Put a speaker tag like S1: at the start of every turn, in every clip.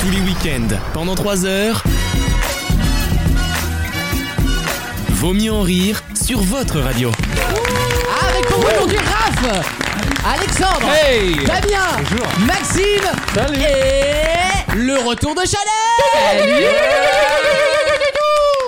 S1: Tous les week-ends, pendant 3 heures. Vaut mieux en rire sur votre radio.
S2: Avec pour vous aujourd'hui Raph, Alexandre,
S3: Hey
S2: Damien,
S3: Bonjour.
S2: Maxime
S3: Salut.
S2: et le retour de Chanel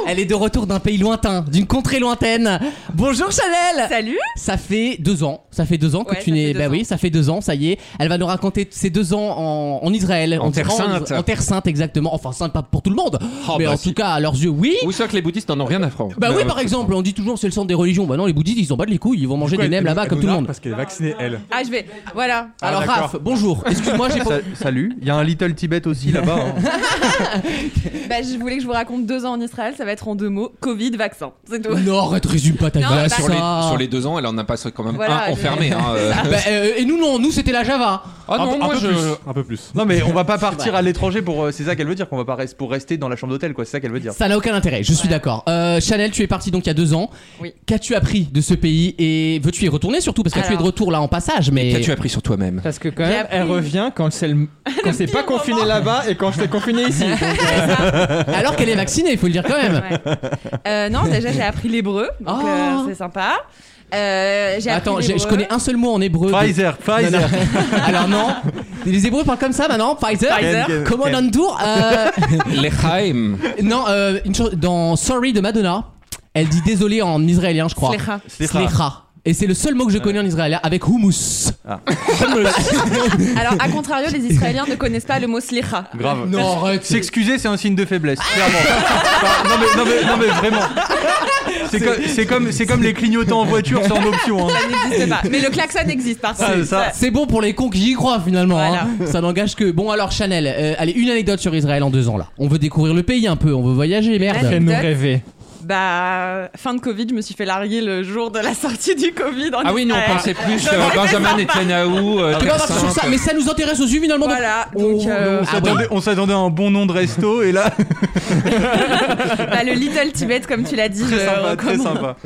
S2: Elle est de retour d'un pays lointain, d'une contrée lointaine. Bonjour Chanel
S4: Salut
S2: Ça fait deux ans, ça fait deux ans que
S4: Ouais,
S2: tu
S4: ça
S2: n'es.
S4: fait deux
S2: Bah
S4: ans.
S2: oui, ça fait deux ans, ça y est. Elle va nous raconter ces deux ans en, en Israël,
S3: En Terre
S2: en-
S3: Sainte.
S2: en, Terre Sainte exactement. Enfin, sainte pas pour tout le monde,
S3: Oh,
S2: mais
S3: bah
S2: en
S3: si. euh,
S2: tout cas à leurs yeux, oui.
S3: Ou soit que les bouddhistes n'en ont rien à foutre.
S2: Bah oui, par exemple, on dit toujours c'est le centre des religions. Bah non, les bouddhistes ils sont pas de les couilles, ils vont manger des nems là-bas comme tout le monde.
S5: Parce qu'elle est vaccinée, elle.
S6: Euh,
S4: Ah, je vais. Voilà.
S5: Ah,
S2: Alors
S5: d'accord.
S2: Raph, bonjour. Excuse-moi, j'ai pas.
S5: Salut. Il y a un Little Tibet aussi là-bas.
S7: hein.
S4: Bah, je voulais que je vous raconte deux ans en Israël. Ça va être en deux mots Covid, vaccin. C'est tout.
S2: Euh, Non, arrête, résume pas ta
S4: Non,
S2: vie à
S4: bah,
S2: ça.
S3: Sur les, sur les deux ans, elle en a passé quand même
S4: Voilà,
S3: un
S4: je-
S3: enfermé. Hein, euh.
S2: Bah, euh, et nous non, nous c'était la Java. hein.
S3: Ah non, moi je.
S5: Un peu plus.
S7: Non mais on va pas partir à l'étranger pour euh, c'est ça qu'elle veut dire qu'on va pas rester pour rester dans la chambre d'hôtel quoi c'est ça qu'elle veut dire.
S2: Ça n'a aucun intérêt. Je suis
S4: Ouais.
S2: d'accord. Euh, Chanel, tu es parti donc il y a deux ans.
S4: Oui.
S2: Qu'as-tu appris de ce pays et veux-tu y retourner surtout parce que tu es de
S4: Alors.
S2: retour là en passage, mais.
S3: Qu'as-tu appris sur toi-même
S8: Parce que quand
S4: J'ai
S8: même,
S4: appris.
S8: elle revient quand c'est le- quand c'est pas
S4: pire
S8: confiné
S4: moment.
S8: là-bas et quand je t'ai confiné ici.
S2: Alors qu'elle est vaccinée, il faut le dire quand même.
S4: Ouais. Euh, non, déjà, j'ai appris l'hébreu. Donc,
S2: Oh.
S4: euh, c'est sympa. Euh, j'ai appris
S2: Attends, j'ai- je
S4: l'hébreu.
S2: connais un seul mot en hébreu. de-
S5: Pfizer,
S2: Non, non.
S5: Pfizer.
S2: Alors non, les hébreux parlent comme ça maintenant. Pfizer.
S4: Pfizer.
S2: Comment on tour euh,
S3: L'Echaim.
S2: Non, euh, une chose- dans Sorry de Madonna, elle dit désolé en israélien, je crois.
S4: Slicha.
S5: Slicha.
S2: Slicha. Et c'est le seul mot que je connais en israélien avec hummus.
S4: Alors, à contrario, les Israéliens ne connaissent pas le mot slicha.
S7: Grave. Ah.
S2: Non, arrête.
S7: S'excuser c'est un signe de faiblesse clairement. Enfin, non, mais, non, mais, non, mais vraiment. C'est comme c'est comme c'est comme les clignotants en voiture c'est en option. hein.
S4: Ça n'existe pas. Mais le klaxon existe par contre.
S7: Ah, ça.
S2: C'est bon pour les cons qui y croient finalement. hein. Ça n'engage que. Bon, alors Chanel, euh, allez, une anecdote sur Israël en deux ans là. On veut découvrir le pays un peu, on veut voyager, merde.
S4: Allez.
S8: Fais-nous
S4: Exact.
S8: rêver.
S4: Bah, fin de Covid, je me suis fait larguer le jour de la sortie du Covid. En
S3: Ah oui, non, on
S4: Israël.
S3: pensait plus euh, Benjamin Netanyahu. euh,
S2: Tu vas
S3: Terre
S2: partir sur
S3: Sainte.
S2: ça, mais ça nous intéresse aussi finalement. donc-
S4: Voilà, donc
S2: Oh, non,
S4: euh,
S2: Ah
S7: On
S2: oui.
S7: s'attendait- On s'attendait à un bon nom de resto et là
S4: bah, le Little Tibet, comme tu l'as dit,
S7: très
S4: je
S7: sympa très
S4: recommande.
S7: sympa.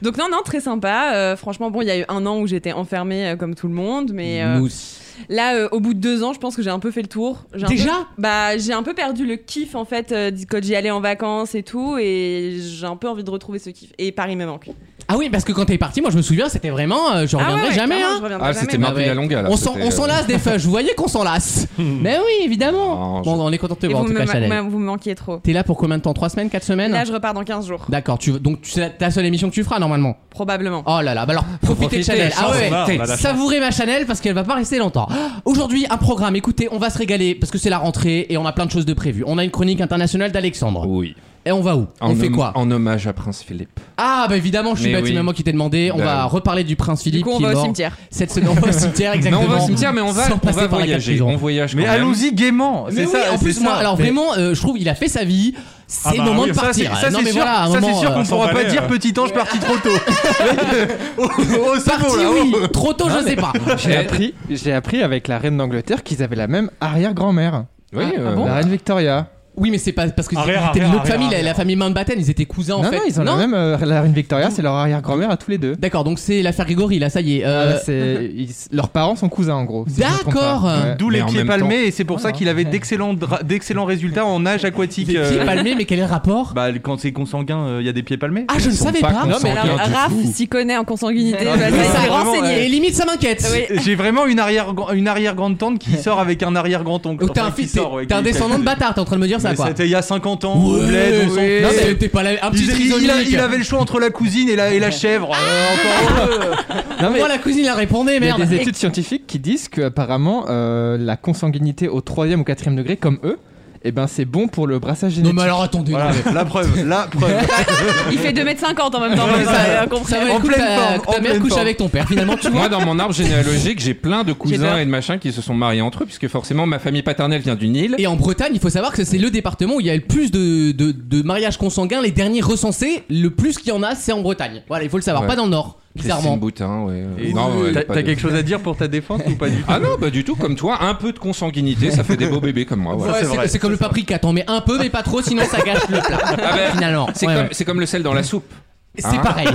S4: Donc non, non, très sympa. Euh, franchement, bon, il y a eu un an où j'étais enfermée euh, comme tout le monde, mais euh,
S2: Mousse.
S4: là, euh, au bout de deux ans, je pense que j'ai un peu fait le tour. J'ai un
S2: Déjà
S4: peu- Bah, j'ai un peu perdu le kiff en fait euh, d- quand j'y allais en vacances et tout, et j'ai un peu envie de retrouver ce kiff. Et Paris me manque.
S2: Ah oui, parce que quand t'es parti, moi je me souviens, c'était vraiment. euh, je
S4: Ah
S2: reviendrai
S4: ouais,
S2: jamais,
S4: clairement,
S2: hein.
S4: je reviendrai
S3: Ah,
S4: jamais.
S3: c'était
S2: ma-
S3: Marvin
S2: ouais.
S3: Alonga là.
S2: On s'en,
S3: c'était,
S2: on s'en
S3: euh,
S2: lasse des feuches, vous voyez qu'on s'en lasse. Mais oui, évidemment.
S3: Non, je-
S2: Bon, on est content de te
S4: Et
S2: voir en
S4: vous,
S2: tout
S4: me
S2: cas,
S4: ma-
S2: Chanel. Ah
S4: ma- vous me manquiez trop.
S2: T'es là pour combien de temps 3 semaines 4 semaines
S4: Là, je repars dans 15 jours,
S2: D'accord, tu veux, donc tu- c'est la- ta seule émission que tu feras normalement.
S4: probablement.
S2: Oh là là, bah alors profitez de Chanel. Ah ouais,
S5: on a la
S2: ouais.
S5: chance.
S2: savourez ma Chanel parce qu'elle va pas rester longtemps. Aujourd'hui, un programme, écoutez, on va se régaler parce que c'est la rentrée et on a plein de choses de prévues. On a une chronique internationale d'Alexandre.
S3: Oui.
S2: Et on va où On
S3: Oh. En
S2: fait
S3: homme-
S2: quoi
S3: En hommage à Prince Philippe.
S2: Ah bah évidemment, je suis
S3: Mais
S2: bête,
S3: oui.
S2: c'est même moi qui t'ai demandé. On
S3: Bah
S2: va
S3: oui.
S2: reparler du prince Philippe
S4: Du coup, on
S2: qui
S4: va
S2: est
S4: au
S2: mort
S4: cimetière.
S2: cette semaine. On va au cimetière exactement.
S3: Mais on va au cimetière, mais on va,
S2: Sans
S3: on
S2: passer
S3: va
S2: par la cave
S3: voyager.
S2: prison.
S3: On voyage quand
S7: Mais
S3: même.
S7: allons-y gaiement.
S2: Mais
S7: c'est
S2: oui,
S7: ça,
S2: en
S7: c'est
S2: plus,
S7: ça.
S2: moi, alors
S7: Mais
S2: vraiment, euh, je trouve, il a fait sa vie. C'est
S5: Ah
S2: le
S5: bah
S2: moment
S5: oui,
S2: de
S5: ça,
S2: partir.
S7: Ça,
S2: non,
S7: c'est
S2: mais
S7: sûr,
S2: voilà, à un
S7: ça, c'est
S2: moment,
S7: sûr
S2: euh,
S7: qu'on pourra pas
S5: s'emballer,
S7: dire
S5: euh.
S7: petit ange parti trop tôt. oh, oh, c'est beau,
S2: Parti,
S7: là, oh.
S2: oui. Trop tôt, je sais pas.
S8: J'ai appris, j'ai appris avec la reine d'Angleterre qu'ils avaient la même arrière-grand-mère.
S3: Oui,
S2: Ah,
S3: euh,
S8: la reine Victoria.
S2: Oui, mais c'est pas parce que c'est
S5: Arrière,
S2: c'était
S5: arrière,
S2: l'autre famille,
S5: arrière.
S2: la, la famille Mountbatten, ils étaient cousins en
S8: non,
S2: fait.
S8: non, ils ont la même. euh, la reine Victoria, c'est leur arrière-grand-mère à tous les deux.
S2: D'accord, donc c'est l'affaire Grégory, là, ça y est. Euh,
S8: Ah, c'est- ils- leurs parents sont cousins en gros. si je me trompe
S2: D'accord.
S8: pas. Ouais.
S7: D'où
S3: Mais
S7: les
S3: en
S7: pieds
S3: même
S7: palmés et c'est pour ça
S8: Voilà.
S7: qu'il avait d'excellents dra- d'excellents résultats en nage aquatique.
S2: Des pieds
S7: euh,
S2: palmés, mais quel est le rapport
S7: Bah quand c'est consanguin, il y a des pieds palmés.
S2: Ah, je ne
S3: sont
S2: savais
S3: pas
S2: pas.
S3: Non, mais
S4: Alors,
S3: rien du
S4: Raph
S3: tout.
S4: s'y connaît en consanguinité.
S7: Ah,
S4: vas-y,
S7: mais
S4: il
S2: ça,
S4: s'est
S7: vraiment,
S4: renseigné.
S2: Et limite, ça m'inquiète.
S4: Oui.
S7: J'ai vraiment une arrière une arrière grande tante qui sort avec un arrière grand oncle.
S2: Donc t'es un fils, t'es t'es un descendant de bâtard, t'es en train de me dire ça quoi.
S7: C'était il y a 50 ans. au bled, on s'en
S2: Ouais. Non,
S7: fiche.
S2: mais t'es pas la- un petit
S7: Il-
S2: Ah.
S7: il, il a-
S2: trisomique.
S7: il avait le choix entre la cousine et la, et la chèvre. Euh, encore
S2: Ah.
S7: heureux.
S8: Non, mais
S2: Moi, la cousine, elle répondait,
S8: il y a
S2: merde.
S8: des études scientifiques qui disent que apparemment euh, la consanguinité au 3 ou 4 degré, comme eux, eh ben, c'est bon pour le brassage
S2: Non,
S8: génétique.
S2: mais alors attendez. non,
S7: Voilà,
S2: mais-
S7: la preuve, la preuve.
S4: Il fait 2m50 en même temps.
S2: Ça,
S4: vous avez compris.
S2: ça va
S7: En
S2: être cool
S7: pleine
S2: que ta-
S7: forme,
S2: que euh, ta
S7: en
S2: mère
S7: pleine
S2: couche
S7: forme.
S2: avec ton père. Finalement, tu vois.
S3: Moi, dans mon arbre généalogique, j'ai plein de
S4: J'ai peur.
S3: cousins et de machins qui se sont mariés entre eux, puisque forcément, ma famille paternelle vient d'une île.
S2: Et en Bretagne, il faut savoir que c'est le département où il y a le plus de, de, de mariages consanguins, les derniers recensés, le plus qu'il y en a, c'est en Bretagne. Voilà, il faut le savoir,
S3: Ouais.
S2: pas dans le Nord,
S3: Christine
S2: bizarrement.
S3: Boutin, ouais.
S7: Et
S3: Non, ouais,
S7: t'as
S3: pas
S7: t'as
S3: de-
S7: quelque chose à dire pour ta défense ou pas du tout
S3: Ah non, bah du tout, comme toi, un peu de consanguinité, ça fait des beaux bébés comme moi. voilà.
S2: Ouais,
S7: c'est
S2: c'est-
S7: vrai,
S2: c'est comme le paprika, t'en mets un peu mais pas trop, sinon ça gâche le plat.
S3: Ah ben,
S2: Finalement,
S3: C'est
S2: Ouais,
S3: comme,
S2: ouais.
S3: c'est comme le sel dans la soupe.
S2: C'est pareil.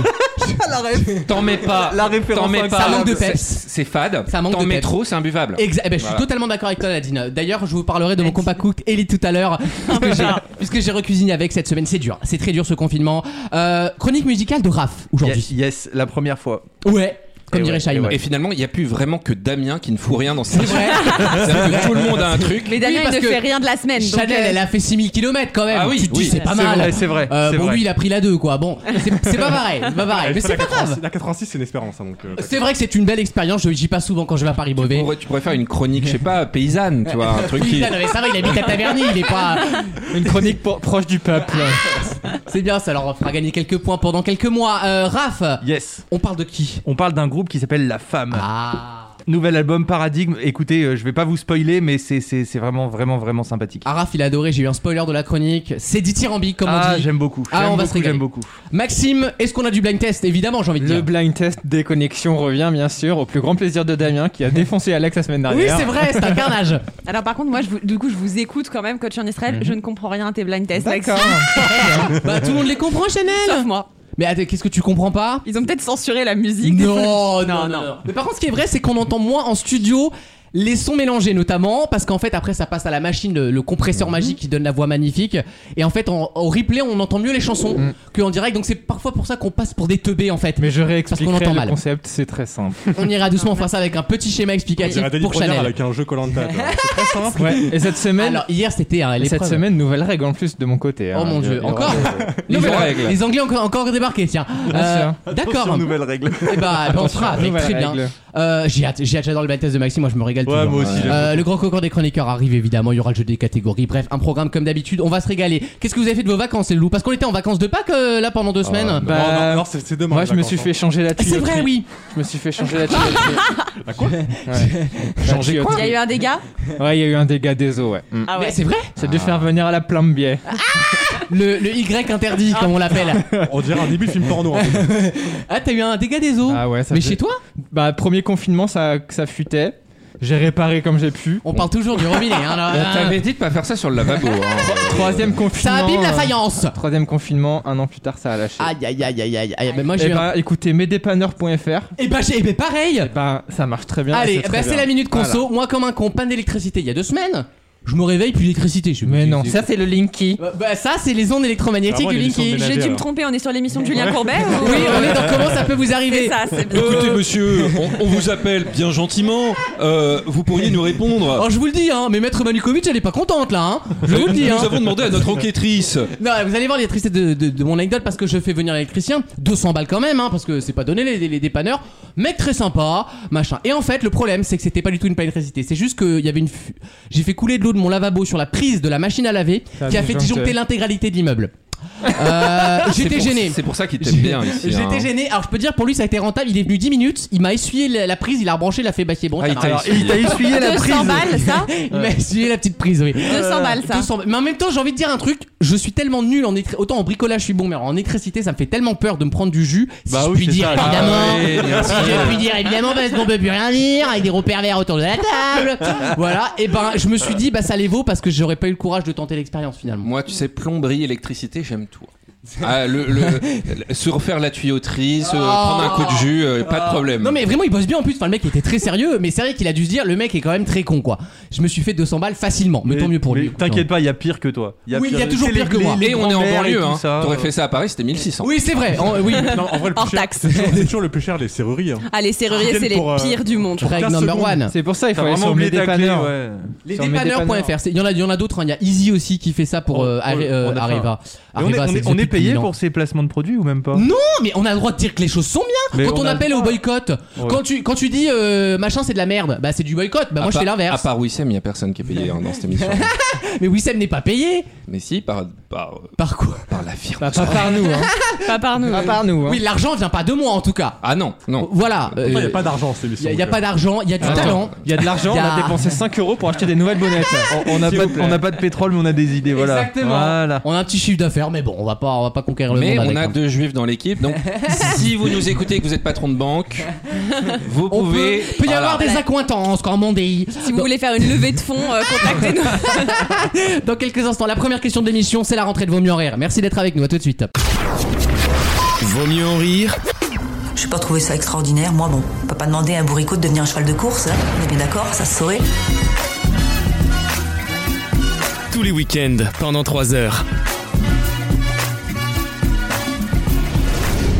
S3: T'en mets pas.
S7: La référence
S3: T'en mets pas.
S2: Ça manque de peps.
S3: C'est c'est fade.
S2: Ça manque
S3: T'en
S2: de
S3: mets
S2: peps.
S3: trop, c'est imbuvable.
S2: Exa- eh ben, je suis
S3: Voilà.
S2: totalement d'accord avec toi, Nadine. D'ailleurs, je vous parlerai de mon compas cooked Elite tout à l'heure,
S3: Ah,
S2: puisque j'ai- puisque j'ai recuisiné avec cette semaine. C'est dur, c'est très dur ce confinement. Euh, chronique musicale de Raph aujourd'hui.
S7: Yes, yes, la première fois.
S2: Ouais, comme
S7: Et
S3: Eh
S2: dirait
S7: ouais,
S2: Chaim.
S7: et ouais.
S3: Et finalement, il n'y a plus vraiment que Damien qui ne fout rien dans sa
S2: C'est vrai,
S3: C'est-à-dire que tout le monde a un truc.
S4: Mais Damien,
S2: Oui, parce
S4: il ne
S2: que
S4: fait rien de la semaine. donc,
S2: Chanel,
S4: euh,
S2: elle a fait 6000 km quand même.
S3: Ah oui,
S2: tu te dis,
S3: oui.
S2: c'est pas
S7: C'est
S2: mal.
S7: vrai, c'est vrai.
S2: Euh,
S7: c'est
S2: bon,
S7: vrai.
S2: lui, il a pris la 2, quoi. Bon, c'est c'est pas pareil, c'est pas pareil. Mais c'est pas grave.
S5: La 86, c'est une espérance. hein, donc, euh,
S2: C'est vrai que c'est une belle expérience. je- J'y passe souvent quand je vais à
S3: Tu
S2: Paris-Beauvais.
S3: pourrais, tu pourrais faire une chronique, je sais pas, paysanne, tu vois, un truc
S2: Oui,
S3: qui.
S2: non, mais ça va, il habite à Taverny, il est pas.
S8: Une chronique pro- proche du peuple.
S2: C'est bien, ça leur fera gagner quelques points pendant quelques mois. Euh, Raph,
S7: Yes.
S2: on parle de qui
S7: On parle d'un groupe qui s'appelle La Femme.
S2: Ah.
S7: Nouvel album Paradigme. Écoutez, euh, je vais pas vous spoiler, mais c'est- c'est c'est vraiment, vraiment, vraiment sympathique.
S2: Araf, Ah, il a adoré, j'ai eu un spoiler de la chronique. C'est dithyrambique, comme
S7: Ah,
S2: on dit.
S7: j'aime beaucoup.
S2: Ah,
S7: J'aime
S2: on va se
S7: beaucoup, J'aime
S2: régaler.
S7: beaucoup.
S2: Maxime, est-ce qu'on a du blind test Évidemment, j'ai envie de
S8: Le
S2: dire.
S8: blind test déconnexion revient bien sûr au plus grand plaisir de Damien qui a défoncé Alex la semaine
S2: oui,
S8: dernière.
S2: c'est vrai, c'est un carnage.
S4: Alors par contre, moi, je vous- du coup, je vous écoute quand même quand je suis en Israël.
S5: Mhm.
S4: Je ne comprends rien à tes blind tests, Maxime.
S8: D'accord.
S2: bah, tout le monde les comprend,
S4: Sauf
S2: Chanel.
S4: moi.
S2: Mais attends, qu'est-ce que tu comprends pas
S4: Ils ont peut-être censuré la musique.
S2: non, non, non. Mais par contre, ce qui est vrai, c'est qu'on entend moins en studio les sons mélangés, notamment parce qu'en fait, après, ça passe à la machine, le, le compresseur magique qui donne la voix magnifique. Et en fait, en, au replay, on entend mieux les chansons
S8: Mhm.
S2: qu'en direct. Donc, c'est parfois pour ça qu'on passe pour des teubés, en fait.
S8: Mais je
S2: Parce qu'on
S8: réexpliquerai
S2: entend
S8: le
S2: mal.
S8: concept, c'est très simple.
S2: On ira doucement face à avec un petit schéma
S5: on
S2: explicatif
S5: dirait Adélie
S2: pour
S5: Prodière
S2: Chanel.
S5: avec un jeu Colanta. C'est très simple.
S8: Et cette semaine,
S2: Alors hier c'était hein,
S8: cette
S2: l'épreuve.
S8: semaine nouvelle règle en plus de mon côté.
S2: Oh
S8: hein.
S2: mon
S8: Il y
S2: dieu,
S8: aura-
S2: encore les,
S3: Nouvelle
S2: Anglais-
S3: règle.
S2: les Anglais ont encore- encore débarqué, tiens. Euh, D'accord.
S5: Attention, nouvelle règle.
S2: Eh bah, on fera avec
S8: Nouvelle
S2: très bien.
S8: règle.
S2: Euh, j'ai hâte, j'ai hâte, j'adore le blind test de Maxime, moi je me régale
S5: Ouais,
S2: toujours.
S5: moi aussi. j'aime.
S2: Euh, le grand concours des chroniqueurs arrive évidemment, il y aura le jeu des catégories. Bref, un programme comme d'habitude, on va se régaler. Qu'est-ce que vous avez fait de vos vacances, les loups Parce qu'on était en vacances de Pâques euh, là pendant deux semaines.
S5: Non, non,
S8: Bah,
S5: non, c'est c'est demain.
S8: Moi,
S5: les
S8: je me
S5: vacances,
S8: suis
S5: hein.
S8: fait changer la tuyauterie.
S2: c'est vrai, oui.
S8: Je me suis fait changer la tuyauterie. Ouais.
S3: Changer quoi
S4: Il y a eu un dégât
S8: Ouais, il y a eu un dégât des eaux, ouais. Mm.
S4: Ah
S2: Mais c'est vrai
S8: C'est de faire venir à la plombier.
S2: le, le Y interdit, comme on l'appelle.
S5: On dirait un début de film porno. en fait.
S2: Ah, t'as eu un dégât des eaux
S8: Ah ouais, ça
S2: Mais
S8: faisait-
S2: chez toi
S8: Bah, premier confinement, ça, ça futait. J'ai réparé comme j'ai pu.
S2: On parle toujours du robinet. hein, là.
S3: On t'avait dit de pas faire ça sur le lavabo. hein.
S8: Troisième
S2: Ça
S8: confinement.
S2: abîme la
S8: euh,
S2: faïence.
S8: Troisième confinement, un an plus tard, ça a lâché.
S2: Aïe aïe aïe aïe aïe aïe. Mais moi
S8: Eh
S2: j'ai eu un-
S8: bah, écoutez, mesdépanneurs.fr.
S2: Eh bah, j'ai- eh bah, pareil.
S8: Bah, ça marche très bien.
S2: Allez,
S8: très
S2: bah,
S8: bien.
S2: c'est la minute conso. Moi comme un con, panne d'électricité il y a deux semaines. Je me réveille plus d'électricité. Je me
S8: Mais
S2: dis,
S8: non,
S2: c'est-
S8: ça c'est le Linky.
S2: Bah, bah, ça c'est les ondes électromagnétiques
S5: Apparemment,
S2: du
S5: il y a des
S2: Linky.
S5: sondes
S4: J'ai dû me
S5: alors.
S4: tromper en est sur l'émission de Julien Courbet ou-
S2: Oui, on est dans comment ça peut vous
S4: C'est
S2: arriver.
S4: ça, c'est bien.
S6: Écoutez,
S2: Euh.
S6: monsieur, on, on vous appelle bien gentiment. Euh, vous pourriez nous répondre.
S2: Oh, je vous le dis, hein, mais Maître Manukovic, elle est pas contente là. Hein. Je vous le dis. Hein.
S6: Nous avons demandé à notre enquêtrice.
S2: Non, vous allez voir l'électricité de, de- de mon anecdote parce que je fais venir l'électricien. 200 balles quand même, hein, parce que c'est pas donné les, les dépanneurs. Mec très sympa, machin. Et en fait, le problème, c'est que c'était pas du tout une panne d'électricité. C'est juste qu'il y avait une. fu- J'ai fait couler de l'eau de mon lavabo sur la prise de la machine à laver
S8: Ça a
S2: qui a fait
S8: disjoncté.
S2: disjoncter l'intégralité de l'immeuble. Euh, J'étais
S3: C'est pour-
S2: gêné.
S3: C'est pour ça qu'il t'aime bien ici. hein.
S2: J'étais gêné. Alors je peux dire pour lui ça a été rentable. Il est venu 10 minutes, il m'a essuyé la, la prise, il a rebranché, il a fait bah c'est bon.
S3: Ah,
S2: ça
S3: il
S2: va.
S3: t'a
S2: Alors,
S3: essuyé.
S7: Il t'a essuyé la
S4: 200
S7: prise.
S4: balles, ça
S5: Euh,
S2: il m'a essuyé la petite prise, oui.
S4: 200 balles, ça.
S2: 200. Mais en même temps, j'ai envie de dire un truc. Je suis tellement nul en électricité. Autant en bricolage, je suis bon, mais alors en électricité, ça me fait tellement peur de me prendre du jus. Si
S7: Bah
S2: je
S7: oui,
S2: puis
S7: c'est
S2: dire,
S7: ça.
S2: évidemment.
S3: Ah oui, bien
S2: si je puis dire, évidemment, parce qu'on peut plus rien dire avec des gros pervers autour de la table. voilà. Et ben, je me suis dit, bah ça les vaut parce que j'aurais pas eu le courage de tenter l'expérience
S7: Mm.
S2: finalement.
S3: Moi, tu sais, plomberie, électricité, j'aime tout. Ah, le, le- le- se refaire la tuyauterie, se prendre un coup de jus, euh, pas de problème.
S2: Ah. Non mais vraiment il bosse bien en plus, enfin le mec était très sérieux, mais c'est vrai qu'il a dû se dire le mec est quand même très con quoi. Je me suis fait 200 balles facilement, mais, tant mieux pour
S7: Mais
S2: lui.
S7: T'inquiète pas, il y a pire que toi.
S2: Oui, il y a toujours
S7: C'est les-
S2: pire que
S7: les-
S2: moi.
S7: les
S3: Et on est en
S7: grands-mères et
S3: banlieue,
S7: tout
S3: hein.
S7: ça.
S3: T'aurais fait ça à Paris, c'était 1600.
S2: euh. Oui c'est vrai, En- oui.
S5: Non, en vrai, le
S4: Hors
S5: plus cher,
S4: taxe.
S5: c'est toujours- c'est toujours le plus cher, les serruriers. hein.
S4: Ah, les serruriers,
S5: Ils
S4: c'est
S5: viennent
S4: les
S5: pour, euh,
S4: pires du monde.
S2: Règle
S5: quinze
S2: number
S5: secondes.
S2: one.
S8: C'est pour ça, il faut
S7: T'as
S8: aller
S7: vraiment
S8: sur
S7: oublié ta clé,
S8: mesdépanneurs.
S7: ouais.
S2: Les
S8: Sur mes
S2: dépanneurs.fr,
S8: dépanneurs.
S2: c'est- il y en a, il y en a d'autres, hein. il y a Easy aussi qui fait ça pour
S7: Oh,
S2: euh, Arri-
S7: oh,
S2: euh,
S7: on a
S2: Arriva.
S7: Mais on est-
S2: Arriva,
S7: on
S2: c'est
S7: est-
S2: le
S7: on est
S2: depuis
S7: payé
S2: mille ans.
S7: pour ces placements de produits ou même pas
S2: Non, mais on a le droit de dire que les choses sont bien
S7: Mais
S2: quand on,
S7: on a-
S2: appelle au boycott. Quand, tu, quand tu dis euh, machin c'est de la merde, bah c'est du boycott, bah
S3: À
S2: moi je
S3: part-
S2: fais
S3: À
S2: l'inverse.
S3: part Wissem, il y a personne qui est payé hein, dans cette émission.
S2: Mais Wissem n'est pas payé
S3: mais si, par, par, euh,
S2: Par quoi
S3: par la firme.
S8: Bah, pas par nous, hein.
S4: Pas par nous.
S8: Pas par nous, hein.
S2: Oui, l'argent vient pas de moi en tout cas.
S3: Ah non, non.
S2: Voilà.
S5: Il n'y
S2: euh,
S5: a pas d'argent, c'est
S2: Il
S5: l'émission.
S2: n'y a, pas d'argent, il y a du
S3: Attends.
S2: talent.
S8: Il y a de l'argent,
S2: Il y a-
S8: on a dépensé 5 euros pour acheter des nouvelles bonnettes.
S7: On n'a pas, de- on n'a pas de pétrole, mais on a des idées, voilà.
S2: Exactement.
S7: Voilà.
S2: On a un petit chiffre d'affaires, mais bon, on va pas, on va pas conquérir le
S3: Mais
S2: monde
S3: on a
S2: avec, hein.
S3: deux juifs dans l'équipe, donc si vous nous écoutez et que vous êtes patron de banque, vous
S2: On
S3: pouvez.
S2: peut,
S7: Ah
S2: peut y
S3: Voilà.
S2: avoir des
S4: Voilà.
S2: accointances quand on dit.
S4: Si vous voulez faire une levée de fonds, euh, contactez-nous.
S2: Dans quelques instants, la première question de l'émission, c'est la rentrée de Vaut mieux en rire. Merci d'être avec nous, à tout de suite.
S1: Vaut mieux en rire
S9: Je n'ai pas trouvé ça extraordinaire. Moi, bon, on peut pas demander à un bourricot de devenir un cheval de course. hein. On est bien d'accord, ça se saurait.
S1: tous les week-ends pendant 3 heures.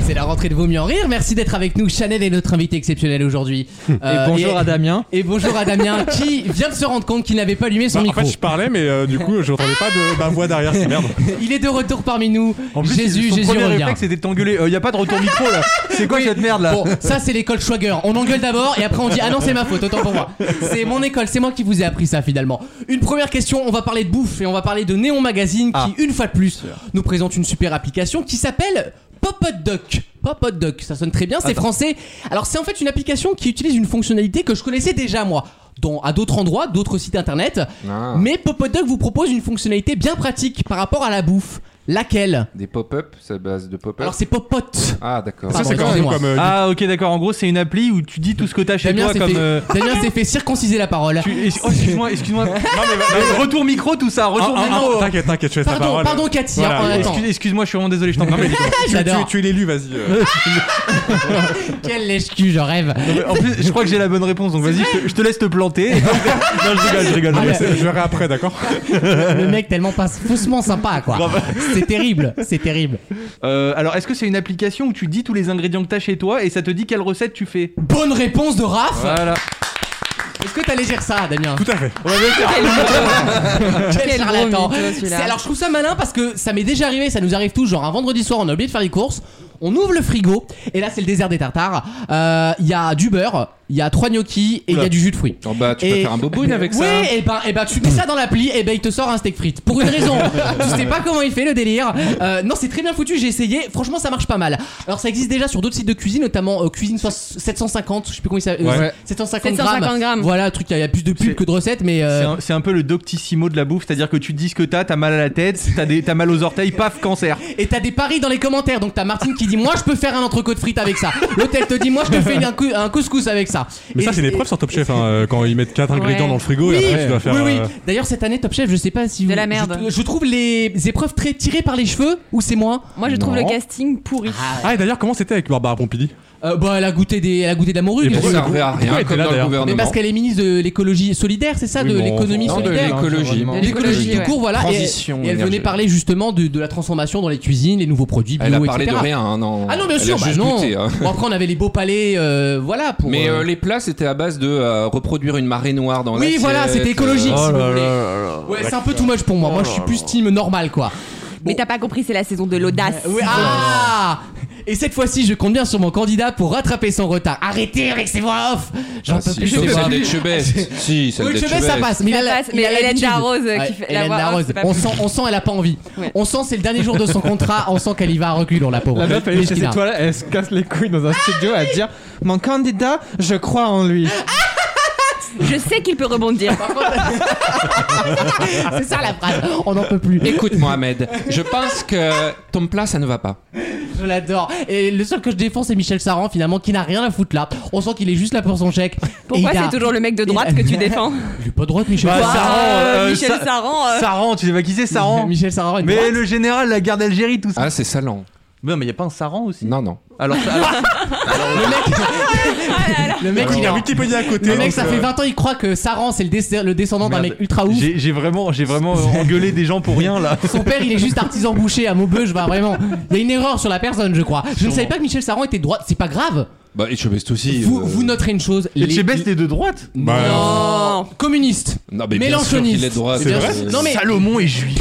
S2: C'est la rentrée de Vaut mieux en rire. Merci d'être avec nous. Chanel est notre invité exceptionnel aujourd'hui. Euh,
S8: et bonjour
S2: et-
S8: à Damien.
S2: Et bonjour à Damien qui vient de se rendre compte qu'il n'avait pas allumé son
S5: Bah, en
S2: micro.
S5: fait, je parlais, mais euh, du coup, je n'entendais pas de ma voix derrière. C'est merde.
S2: Il est de retour parmi nous.
S7: En plus,
S2: Jésus,
S7: son
S2: Jésus
S7: premier
S2: revient.
S7: réflexe c'était de t'engueuler. Euh, y a pas de retour micro là. C'est quoi cette merde là
S2: Bon, ça c'est l'école Schwager. On engueule d'abord et après on dit ah non c'est ma faute, autant pour moi. C'est mon école, c'est moi qui vous ai appris ça finalement. Une première question, on va parler de bouffe et on va parler de Néon Magazine
S5: Ah.
S2: qui une fois de plus nous présente une super application qui s'appelle Popot Doc. Popot Doc, ça sonne très bien, c'est français. Alors c'est en fait une application qui utilise une fonctionnalité que je connaissais déjà moi. Dans, à d'autres endroits, d'autres sites internet.
S3: Ah.
S2: Mais Popodoc vous propose une fonctionnalité bien pratique par rapport à la bouffe. Laquelle
S3: Des pop-up, sa base de pop-up.
S2: Alors c'est Popote.
S3: Ah d'accord.
S2: Ça,
S5: Ça, c'est
S2: Pardon,
S5: quand même
S2: excusez-moi.
S5: comme. euh,
S7: Ah ok d'accord. En gros c'est une appli où tu dis tout ce que t'as chez
S2: Damien
S7: toi
S2: s'est
S7: comme.
S2: fait,
S7: euh,
S2: Damien s'est fait circonciser la parole.
S7: tu- et- oh, excuse-moi, excuse-moi. Euh, retour micro tout ça.
S5: ah,
S7: Retour
S5: ah,
S7: micro.
S5: ah, T'inquiète, t'inquiète, je laisse la
S2: Pardon,
S5: parole.
S2: pardon Cathy,
S5: Voilà,
S2: hein, on
S5: oui.
S2: attend.
S7: Excuse- Excuse-moi je suis vraiment désolé. Je t'en prie.
S2: J'adore.
S5: Tu, tu es l'élu, vas-y. euh.
S2: Quel lèche-cul, je rêve.
S7: En plus je crois que j'ai la bonne réponse donc vas-y je te- je te laisse te planter.
S5: non, je rigole, je rigole.
S2: Ah,
S5: je
S2: mais-
S5: sais, je verrai après, d'accord
S2: Le mec tellement pas faussement sympa, quoi. C'est terrible, c'est terrible.
S7: Euh, alors, est-ce que c'est une application où tu dis tous les ingrédients que t'as chez toi et ça te dit quelle recette tu fais
S2: Bonne réponse de Raph.
S7: Voilà.
S2: Est-ce que t'allais dire ça, Damien
S5: Tout à fait.
S2: Quel
S4: Quel gros
S2: charlatan.
S4: mytho, celui-là.
S2: C'est- Alors je trouve ça malin parce que ça m'est déjà arrivé, ça nous arrive tout, genre un vendredi soir on a oublié de faire les courses, on ouvre le frigo et là c'est le désert des tartares, Euh, il y a du beurre, il y a trois gnocchis et il y a du jus de fruits.
S3: Oh, bah tu peux
S2: Et-
S3: faire un boboon avec ça. hein
S2: Ouais, et ben, et ben tu mets ça dans l'appli, et ben il te sort un steak frites. Pour une raison. tu sais pas comment il fait le délire. Euh, non, c'est très bien foutu, j'ai essayé. Franchement, ça marche pas mal. Alors, ça existe déjà sur d'autres sites de cuisine, notamment euh, Cuisine soix- 750, je sais plus comment il s'appelle. euh,
S8: Ouais.
S2: 750,
S4: 750 grammes.
S2: Voilà, un truc, il y, a- il y a plus de pubs
S7: C'est-
S2: que de recettes, mais. euh,
S7: C'est un- C'est un, peu le doctissimo de la bouffe, c'est-à-dire que tu dis ce que t'as, t'as mal à la tête, t'as des- t'as mal aux orteils, paf, cancer.
S2: Et t'as des paris dans les commentaires, donc t'as Martine qui dit Moi je peux faire un entrecôte de frites avec ça. L'hôtel te dit Moi je te fais un, cou- un couscous avec ça.
S5: Mais
S2: Et-
S5: ça, c'est une épreuve sur Top Chef, hein, euh, quand ils mettent 4
S4: Ouais.
S5: ingrédients dans le frigo
S2: Oui,
S5: et après tu dois faire.
S2: oui, oui.
S5: euh,
S2: D'ailleurs, cette année, Top Chef, je sais pas si
S4: De
S2: vous-
S4: la merde.
S2: Je, je trouve les épreuves très tirées par les cheveux, ou c'est moi
S4: Moi, je trouve
S5: Non.
S4: le casting pourri.
S5: Ah, et d'ailleurs, comment c'était avec Barbara Pompili
S2: Euh, bah, elle a goûté des, elle a goûté de la morue.
S5: Et
S2: bien
S3: Elle
S5: pourquoi
S2: sûr.
S5: le
S3: servait à
S5: pourquoi elle
S3: rien
S5: était
S3: comme
S5: là,
S3: dans le
S5: d'ailleurs
S2: Mais
S3: gouvernement.
S2: parce qu'elle est ministre de l'écologie solidaire, c'est ça,
S5: Oui,
S2: de
S5: bon,
S2: l'économie
S3: Non, de
S2: solidaire.
S3: l'écologie.
S2: De l'écologie tout court, voilà. Et,
S3: Transition
S2: et elle venait
S3: énergétique.
S2: parler justement de, de la transformation dans les cuisines, les nouveaux produits, bio,
S3: Elle a parlé de
S2: etc.
S3: rien, hein, non.
S2: Ah non, bien
S3: Elle
S2: sûr,
S3: a
S2: bah
S3: juste
S2: non.
S3: goûté, hein.
S2: Bon, après, on avait les beaux palais, euh, voilà. Pour,
S3: Mais
S2: euh,
S3: euh, les plats c'était à base de euh, reproduire une marée noire dans
S2: Oui,
S3: l'assiette,
S2: voilà, c'était écologique, Oh,
S3: euh,
S8: oh
S2: si vous voulez. ouais, c'est un peu too much pour moi. moi, je suis plus team normal, quoi.
S4: Mais t'as pas compris, c'est la saison de l'audace.
S8: Oh
S2: Ouais, ah Et cette fois-ci, je compte bien sur mon candidat pour rattraper son retard. Arrêtez avec ses voix off J'en
S3: Ah,
S2: peux
S3: si,
S2: plus.
S3: sauf
S2: ces voix
S3: celle
S2: off.
S3: d'Etchebest. Si, celle
S2: Oui, le chevet,
S3: d'Etchebest.
S2: ça passe. Mais,
S4: Ça
S2: elle a-
S4: passe,
S2: il
S4: mais
S2: a
S4: Hélène
S2: l'habitude.
S4: Darroze, qui
S2: Ouais,
S4: fait la
S2: Hélène
S4: voix off,
S2: Darroze.
S4: c'est pas
S2: On
S4: plus.
S2: sent, on sent, elle a pas envie.
S4: Ouais.
S2: On sent, c'est le dernier jour de son contrat. On sent qu'elle y va à reculons, la pauvre.
S8: La meuf, elle est chez
S2: Mesquina.
S8: ses toilettes, elle se casse les couilles dans un studio à dire Mon candidat, je crois en lui.
S4: Je sais qu'il peut rebondir.
S2: Ah, C'est ça la phrase. On n'en peut plus.
S3: Écoute Mohamed, je pense que ton plat ça ne va pas.
S2: Je l'adore. Et le seul que je défends, c'est Michel Saran, finalement, qui n'a rien à foutre là. On sent qu'il est juste là pour son chèque.
S4: Pourquoi
S2: Et il a-
S4: c'est toujours le mec de droite que tu défends
S2: Il est pas droite, Michel
S7: Bah,
S2: Ah, Saran.
S7: ça- Saran, euh,
S4: Michel
S7: ça-
S4: Saran. euh,
S7: Saran, tu sais pas qui c'est Saran
S2: Michel Saran est de
S7: Mais
S2: droite.
S7: le général, la garde d'Algérie, tout ça.
S3: Ah, c'est salant.
S7: Mais non, mais y a pas un Saran aussi
S3: Non, non.
S7: Alors, alors-
S2: le mec, le
S7: Ah,
S2: mec, il
S5: Il
S2: est
S5: a
S2: en-
S5: un petit peu dit à côté.
S2: le mec,
S5: donc,
S2: ça
S5: euh,
S2: fait 20 ans, il croit que Saran, c'est le, dé- le descendant d'un mec
S7: Merde.
S2: ultra ouf.
S7: j'ai j'ai vraiment, j'ai vraiment engueulé des gens pour rien là.
S2: Son père, il est juste artisan boucher à Maubeuge, bah vraiment. Il y a une erreur sur la personne, je crois. Je ne savais pas que Michel Saran était de droite, c'est pas grave.
S3: Bah, Etchebest aussi.
S2: Vous,
S3: euh,
S2: vous noterez une chose. les-
S7: Etchebest est de droite
S5: Bah,
S2: Non. Communiste.
S3: Non, mais bien sûr
S2: Mélenchoniste.
S3: qu'il est de droite.
S2: C'est
S3: euh,
S2: vrai Non, mais-
S7: Salomon est juif.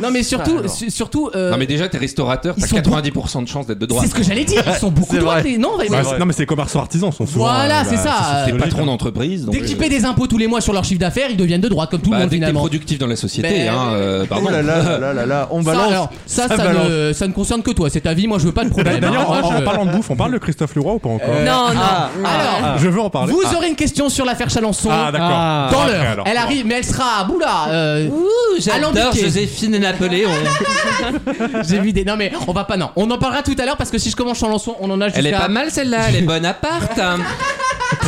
S2: Non mais surtout, su- surtout. euh,
S3: Non, mais déjà, t'es restaurateur,
S2: Ils
S3: t'as
S2: sont
S3: 90% de chance d'être de
S2: c'est
S3: droite.
S2: ce que j'allais dire. Ils sont beaucoup
S7: C'est
S2: droits.
S7: vrai.
S2: les- Non, mais-
S5: bah, c'est- non, mais c'est commerçants artisans, sont souvent.
S2: Voilà,
S5: euh,
S2: c'est
S5: bah,
S2: ça,
S5: c'est
S2: euh,
S3: T'es
S5: logique,
S3: patron
S5: hein.
S3: d'entreprise. donc,
S2: dès qu'ils
S3: euh,
S2: paient des impôts tous les mois sur leur chiffre d'affaires, ils deviennent de droite comme tout
S3: bah,
S2: le monde
S3: dès que t'es
S2: finalement.
S3: productif dans la société,
S2: Ben,
S3: hein, euh, pardon.
S7: Oh là là là là là là, on
S2: Ça,
S7: balance.
S2: alors, ça, ça,
S7: Ça balance.
S2: ne, ça ne concerne que toi. C'est ta vie. Moi, je veux pas de problème.
S5: Bah, D'ailleurs,
S2: hein.
S5: en,
S2: Moi,
S5: en
S2: je-
S5: parlant de bouffe, on parle de Christophe Leroy ou pas encore
S2: Ah.
S4: Non, non.
S8: ah.
S2: Alors,
S5: Je veux en parler.
S2: vous aurez une question sur l'affaire Chalençon.
S5: Ah,
S8: Ah.
S5: d'accord.
S2: dans
S5: Après,
S2: l'heure.
S5: alors.
S2: Elle arrive, mais elle sera à Boula. Euh, alambiquée.
S8: Joséphine et Napoléon.
S2: J'ai vu des. Non, mais on va pas. Non, on en parlera tout à l'heure parce que si je commence Chalençon, on en a jusqu'à.
S6: hein.
S3: mal celle-là, elle est bonne à part.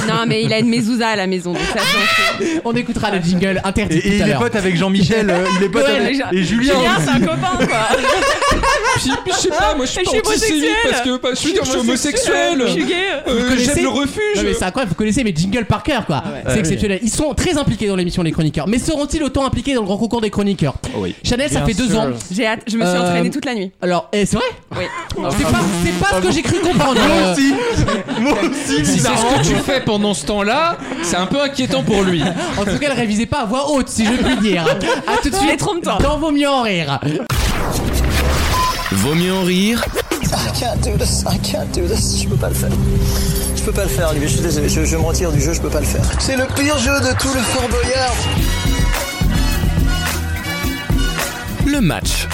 S4: Non, mais il a une mezouza à la maison, donc ça change.
S2: On écoutera le jingle interdit
S7: Et, et
S2: tout à
S7: il est
S2: l'heure.
S7: pote avec Jean-Michel, euh, il est pote
S4: Ouais,
S7: avec.
S4: déjà.
S7: Et Julien.
S4: Julien, c'est un copain, quoi.
S6: Puis, puis, je sais pas, moi je suis
S4: Je
S6: pas
S4: suis
S6: antisémite
S4: homosexuel.
S6: parce que bah, je veux dire, je suis
S4: Je suis
S6: homosexuel.
S4: gay.
S6: Euh,
S2: connaissez-
S6: J'aime le
S2: Non, mais
S6: refuge.
S2: c'est incroyable, vous connaissez mes jingles par cœur quoi. C'est
S7: Ah oui.
S2: exceptionnel. Ils sont très impliqués dans l'émission Les Chroniqueurs. Mais seront-ils autant impliqués dans le grand concours des chroniqueurs
S7: Oh
S6: oui.
S2: Chanel, ça fait deux ans.
S4: J'ai hâte, je me suis
S2: Euh,
S4: entraînée toute la nuit.
S2: Alors, eh, c'est vrai
S4: Oui.
S2: C'est pas, c'est pas ce que j'ai cru comprendre.
S7: Moi
S2: Euh,
S7: aussi Moi
S3: Si
S7: aussi
S3: c'est
S7: bizarre.
S3: ce que tu fais pendant ce temps-là, c'est un peu inquiétant pour lui.
S2: en tout cas, elle révisait pas à voix haute, si je puis dire. A tout de
S4: Mais
S2: suite
S4: trompe-toi.
S2: dans Vaut mieux en rire.
S1: Vaut mieux en rire
S10: I can't do this, I can't do this, je peux pas le faire. Je peux pas le faire, lui, je suis désolé, je, je me retire du jeu, je peux pas le faire. C'est le pire jeu de tout le Fort Boyard.
S1: Le match.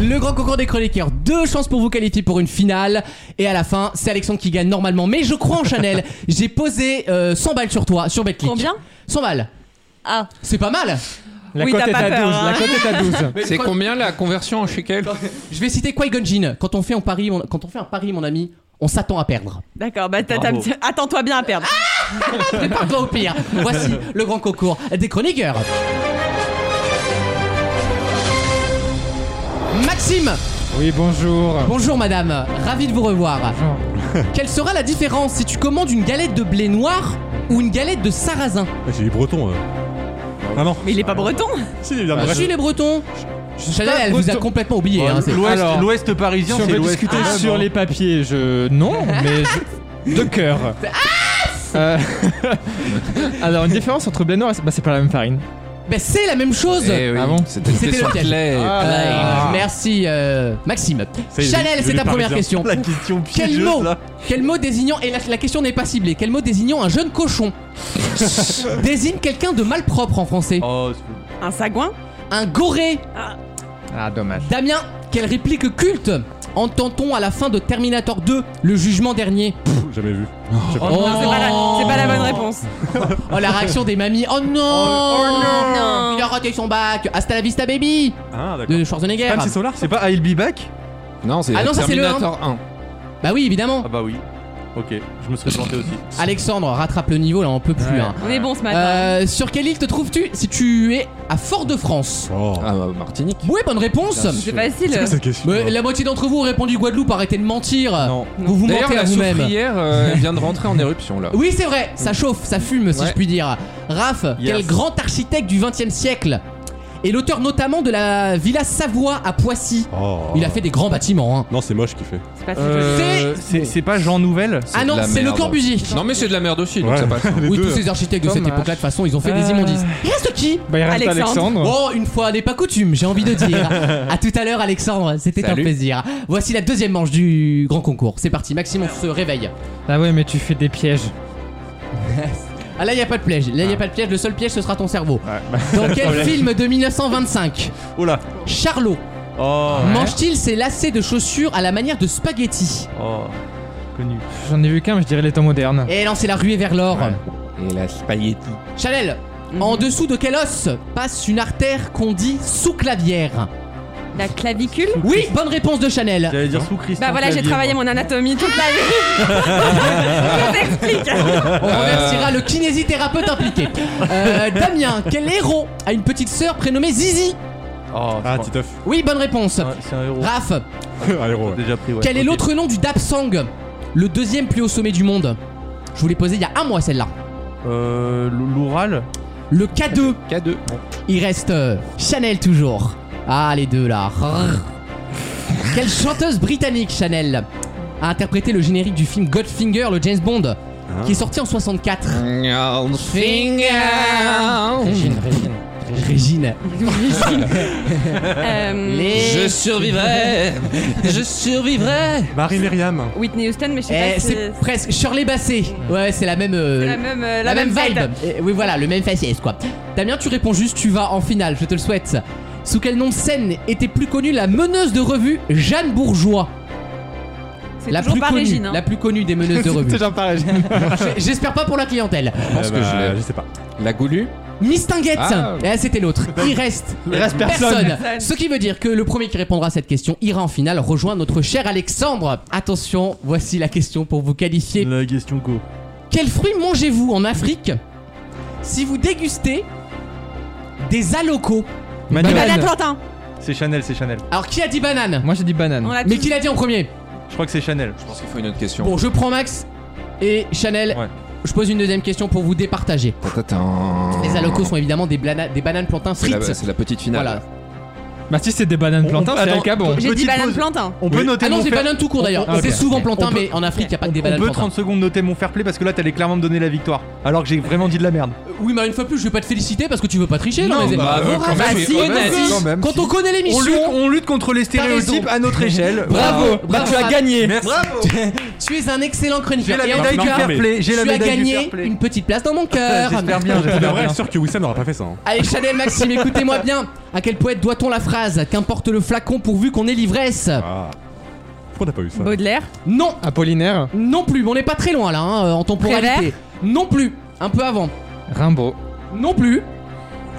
S2: Le grand concours des chroniqueurs, deux chances pour vous qualifier pour une finale. Et à la fin, c'est Alexandre qui gagne normalement. Mais je crois en Chanel. J'ai posé euh, 100 balles sur toi, sur Betclic.
S4: Combien
S2: 100 balles.
S4: Ah,
S2: C'est pas mal.
S8: La
S4: Oui,
S8: cote
S4: t'as
S8: est
S4: pas
S8: à 12.
S4: peur, hein.
S8: La cote est à 12.
S3: C'est combien la conversion en shekel
S2: Je vais citer Qui-Gon Jinn. Quand on fait un pari, mon, quand on fait un pari, mon ami, on s'attend à perdre.
S4: d'accord. Bah, t'as- t'as-
S7: Bravo.
S4: attends-toi bien à perdre.
S2: Prépare-toi au pire. Voici le grand concours des chroniqueurs. Maxime,
S8: Oui, bonjour.
S2: bonjour madame, ravi de vous revoir.
S8: Bonjour.
S2: Quelle sera la différence si tu commandes une galette de blé noir ou une galette de sarrasin
S5: Ah, J'ai dit breton. euh. Ah non.
S4: Mais il est pas breton.
S5: Si, il vient de
S2: Ah, Je suis
S5: Brest.
S2: les Bretons. Chanel, elle vous a complètement oublié. hein, c'est-
S7: L'ouest-
S8: Alors,
S7: L'ouest parisien,
S8: Si on
S7: c'est
S8: veut
S7: l'ouest.
S8: discuter
S7: Ah,
S8: sur
S7: bon.
S8: les papiers, je. Non, mais. je- De cœur. Euh, Alors, une différence entre blé noir et. Bah, c'est pas la même farine.
S2: Ben, c'est la même chose.
S3: Eh oui,
S8: Ah bon
S3: C'était
S2: C'était
S3: son
S2: le piège.
S3: plaid.
S8: Euh,
S2: Ah, Merci euh, Maxime.
S5: Ça y est, il
S2: Chanel,
S5: est
S2: c'est ta première
S5: parisien.
S2: question.
S7: La question
S2: Quel
S7: piégeuse
S2: mot
S7: là.
S2: Quel mot désignant et la, la question n'est pas ciblée. Quel mot désignant un jeune cochon désigne quelqu'un de malpropre en français
S7: Oh,
S4: Un sagouin.
S2: Un goré.
S8: Ah, dommage.
S2: Damien, quelle réplique culte entend-on à la fin de Terminator 2, le jugement dernier
S5: Pff, Jamais vu.
S2: Oh,
S4: Non, c'est pas, la- c'est pas la bonne réponse.
S2: Oh la réaction des mamies. Oh non, Oh
S4: non.
S2: Il a raté son bac. Hasta la vista baby
S5: Ah d'accord.
S2: de Schwarzenegger.
S5: Anne Solar,
S7: c'est pas I'll be back
S3: Non, c'est
S2: Ah non, ça, c'est le
S3: Terminator 1.
S2: Bah oui évidemment.
S7: Ah bah oui. Ok, je me serais planté aussi.
S2: Alexandre rattrape le niveau là, on peut plus. hein.
S4: On est bon ce matin.
S2: Euh, sur quelle île te trouves-tu si tu es à Fort-de-France
S5: Oh.
S3: Ah, bah, Martinique.
S2: Oui, bonne réponse.
S3: Bien
S4: c'est
S3: sûr.
S5: C'est
S4: facile.
S5: quoi cette question
S2: Mais la moitié d'entre vous ont répondu Guadeloupe, arrêtez de mentir.
S7: Non.
S2: Vous vous
S3: D'ailleurs,
S2: mentez à
S3: la
S2: vous-même.
S3: soufrière euh, vient de rentrer en éruption là.
S2: Ah Oui, c'est vrai, ça chauffe, ça fume, si
S3: Ouais.
S2: je puis dire. Raph,
S7: Yes.
S2: quel grand architecte du 20 e siècle et l'auteur notamment de la Villa Savoie à Poissy.
S5: Oh.
S2: Il a fait des grands bâtiments. hein.
S5: Non, c'est moche qui fait.
S4: C'est pas très joli.
S7: Euh, c'est c'est pas Jean Nouvel
S2: Ah
S3: de
S2: non,
S3: la
S2: c'est le
S3: merde.
S2: Corbusier.
S3: Non, mais c'est de la merde aussi, donc
S5: Ouais.
S3: ça passe.
S5: Les
S2: Oui,
S5: deux.
S2: tous ces architectes de cette
S8: Dommage.
S2: époque-là, de toute façon, ils ont fait des
S8: Euh.
S2: immondices. Il reste qui
S8: Bah, il reste
S4: Alexandre.
S2: Oh,
S8: Alexandre.
S2: une fois n'est pas coutume, j'ai envie de dire. à tout à l'heure, Alexandre, c'était un
S3: Salut.
S2: plaisir. Voici la deuxième manche du grand concours. C'est parti, Maxime, on se réveille.
S8: Ah, ouais, mais tu fais des pièges.
S2: Ah là, il a pas de piège. Là, il a pas de piège. Le seul piège, ce sera ton cerveau. Dans quel film de 1925
S7: Oh là
S2: Charlot
S7: Oh,
S2: mange-t-il ses lacets de chaussures à la manière de spaghettis
S7: oh. Connu.
S8: J'en ai vu qu'un, mais je dirais les temps modernes.
S2: Et non, c'est la ruée vers l'or.
S3: Et la spaghetti.
S2: Chanel, en dessous de quel os passe une artère qu'on dit sous-clavière
S4: La clavicule.
S2: Oui, bonne réponse de Chanel.
S7: J'allais dire sous Christian.
S4: Bah voilà, j'ai
S7: Clavier,
S4: travaillé
S7: moi.
S4: mon anatomie toute la vie. Je t'explique.
S2: On remerciera le kinésithérapeute impliqué. Euh, Damien, quel héros a une petite sœur prénommée Zizi
S7: Oh,
S5: Ah,
S7: c'est
S5: Titeuf.
S2: Oui, bonne réponse.
S7: pas- c'est un héros.
S2: Raph,
S5: Ah, héros, ouais.
S7: Déjà pris, ouais.
S2: Quel est
S7: Ok.
S2: l'autre nom du Dapsang Le deuxième plus haut sommet du monde. Je vous l'ai posé il y a un mois celle-là.
S7: Euh. l- L'Oural
S2: Le K2.
S3: K2.
S2: Il reste euh, Chanel toujours. Ah les deux là. Rrr. Quelle chanteuse britannique Chanel a interprété le générique du film Godfinger, le James Bond,
S7: Ah.
S2: qui est sorti en 64. Régine, Régine, Régine.
S4: Euh,
S2: Les-
S3: survivrai. Je survivrai.
S5: Marie Myriam.
S4: Whitney Houston, mais je sais
S2: Eh,
S4: pas si
S2: c'est
S4: c'est
S2: presque Shirley Bassey. Ouais, c'est la même. euh,
S4: la même, euh,
S2: la, même, vibe. Eh, oui, voilà, le même faciès, quoi. Damien, tu réponds juste, tu vas en finale, je te le souhaite. Sous quel nom de scène était plus connue la meneuse de revue Jeanne Bourgeois
S4: C'est
S2: La
S4: toujours
S2: plus
S4: pas
S2: connue,
S4: Régine. hein.
S2: la plus connue des meneuses de revue.
S8: Toujours pareil.
S2: J'espère pas pour la clientèle.
S5: Je
S3: pense que je l'ai.
S5: sais pas.
S3: Eh ben, La goulue
S2: Mistinguette
S3: Ah.
S2: Eh, C'était l'autre. Il reste,
S8: Il reste
S2: personne.
S4: Personne.
S2: Ce qui veut dire que le premier qui répondra à cette question ira en finale rejoindre notre cher Alexandre. Attention, voici la question pour vous qualifier.
S5: La question go.
S2: Quel fruit mangez-vous en Afrique si vous dégustez des alocos
S8: Banane.
S4: Bah, l'Atlantin,
S7: C'est Chanel, c'est Chanel.
S2: Alors qui a dit banane
S8: Moi j'ai dit banane.
S4: on l'a
S2: Mais
S4: tous.
S2: qui l'a dit en premier
S7: Je crois que c'est Chanel.
S3: Je pense qu'il faut une autre question.
S2: Bon, je prends Max et Chanel.
S7: Ouais.
S2: Je pose une deuxième question pour vous départager. Les alocos sont évidemment des, blana- des bananes plantains
S3: C'est la,
S2: frites.
S3: c'est la petite finale.
S2: Voilà.
S8: Bah si c'est des bananes
S7: On-
S8: plantains,
S7: on-
S8: c'est
S7: attends,
S8: Al Capon.
S4: J'ai dit
S7: Petite
S4: banane
S7: pause.
S4: plantain.
S7: On peut noter
S2: Ah non,
S7: mon
S2: c'est Bah,
S7: fair-
S2: bananes tout court d'ailleurs.
S8: on-
S2: C'est
S8: ok.
S2: souvent plantain,
S7: On peut-
S2: mais en Afrique, il n'y a pas que des
S7: On
S2: bananes
S7: peut
S2: plantains.
S7: 30 secondes noter mon fair play parce que là t'allais clairement me donner la victoire. Alors que j'ai vraiment dit de la merde.
S2: Euh, Oui, mais une fois de plus, je vais pas te féliciter parce que tu veux pas tricher. Non, mais
S3: bah, euh, quand même,
S2: Bah,
S3: oui,
S2: si,
S3: quand même,
S2: Nazis,
S7: quand même,
S2: Quand
S7: si.
S2: on connaît
S7: On lutte,
S2: l'émission,
S7: on lutte contre les stéréotypes à notre échelle.
S2: bravo,
S8: Bah,
S2: bravo,
S8: tu as
S2: bravo.
S8: gagné.
S7: Bravo
S2: Tu es un excellent
S7: J'ai
S2: chroniqueur.
S7: la
S2: Et en
S7: médaille
S2: tout
S7: du
S2: cas,
S7: fair play, j'ai la
S2: tu as
S7: médaille du fair
S2: gagné
S7: play.
S2: une petite place dans mon cœur.
S7: J'espère bien,
S5: Je
S7: j'espère
S5: devrais
S7: bien.
S5: être sûr que Wissam n'aura pas fait ça. hein.
S2: Allez, Chanel, Maxime, écoutez-moi bien. À quel poète doit-on la phrase Qu'importe le flacon pourvu qu'on ait l'ivresse
S5: Ah. Pourquoi t'as pas eu ça
S4: Baudelaire,
S2: Non,
S8: Apollinaire,
S2: non plus. Mais on n'est pas très loin là, hein, en temporalité.
S4: Prévert
S2: Non plus. Un peu avant.
S8: Rimbaud,
S2: Non plus.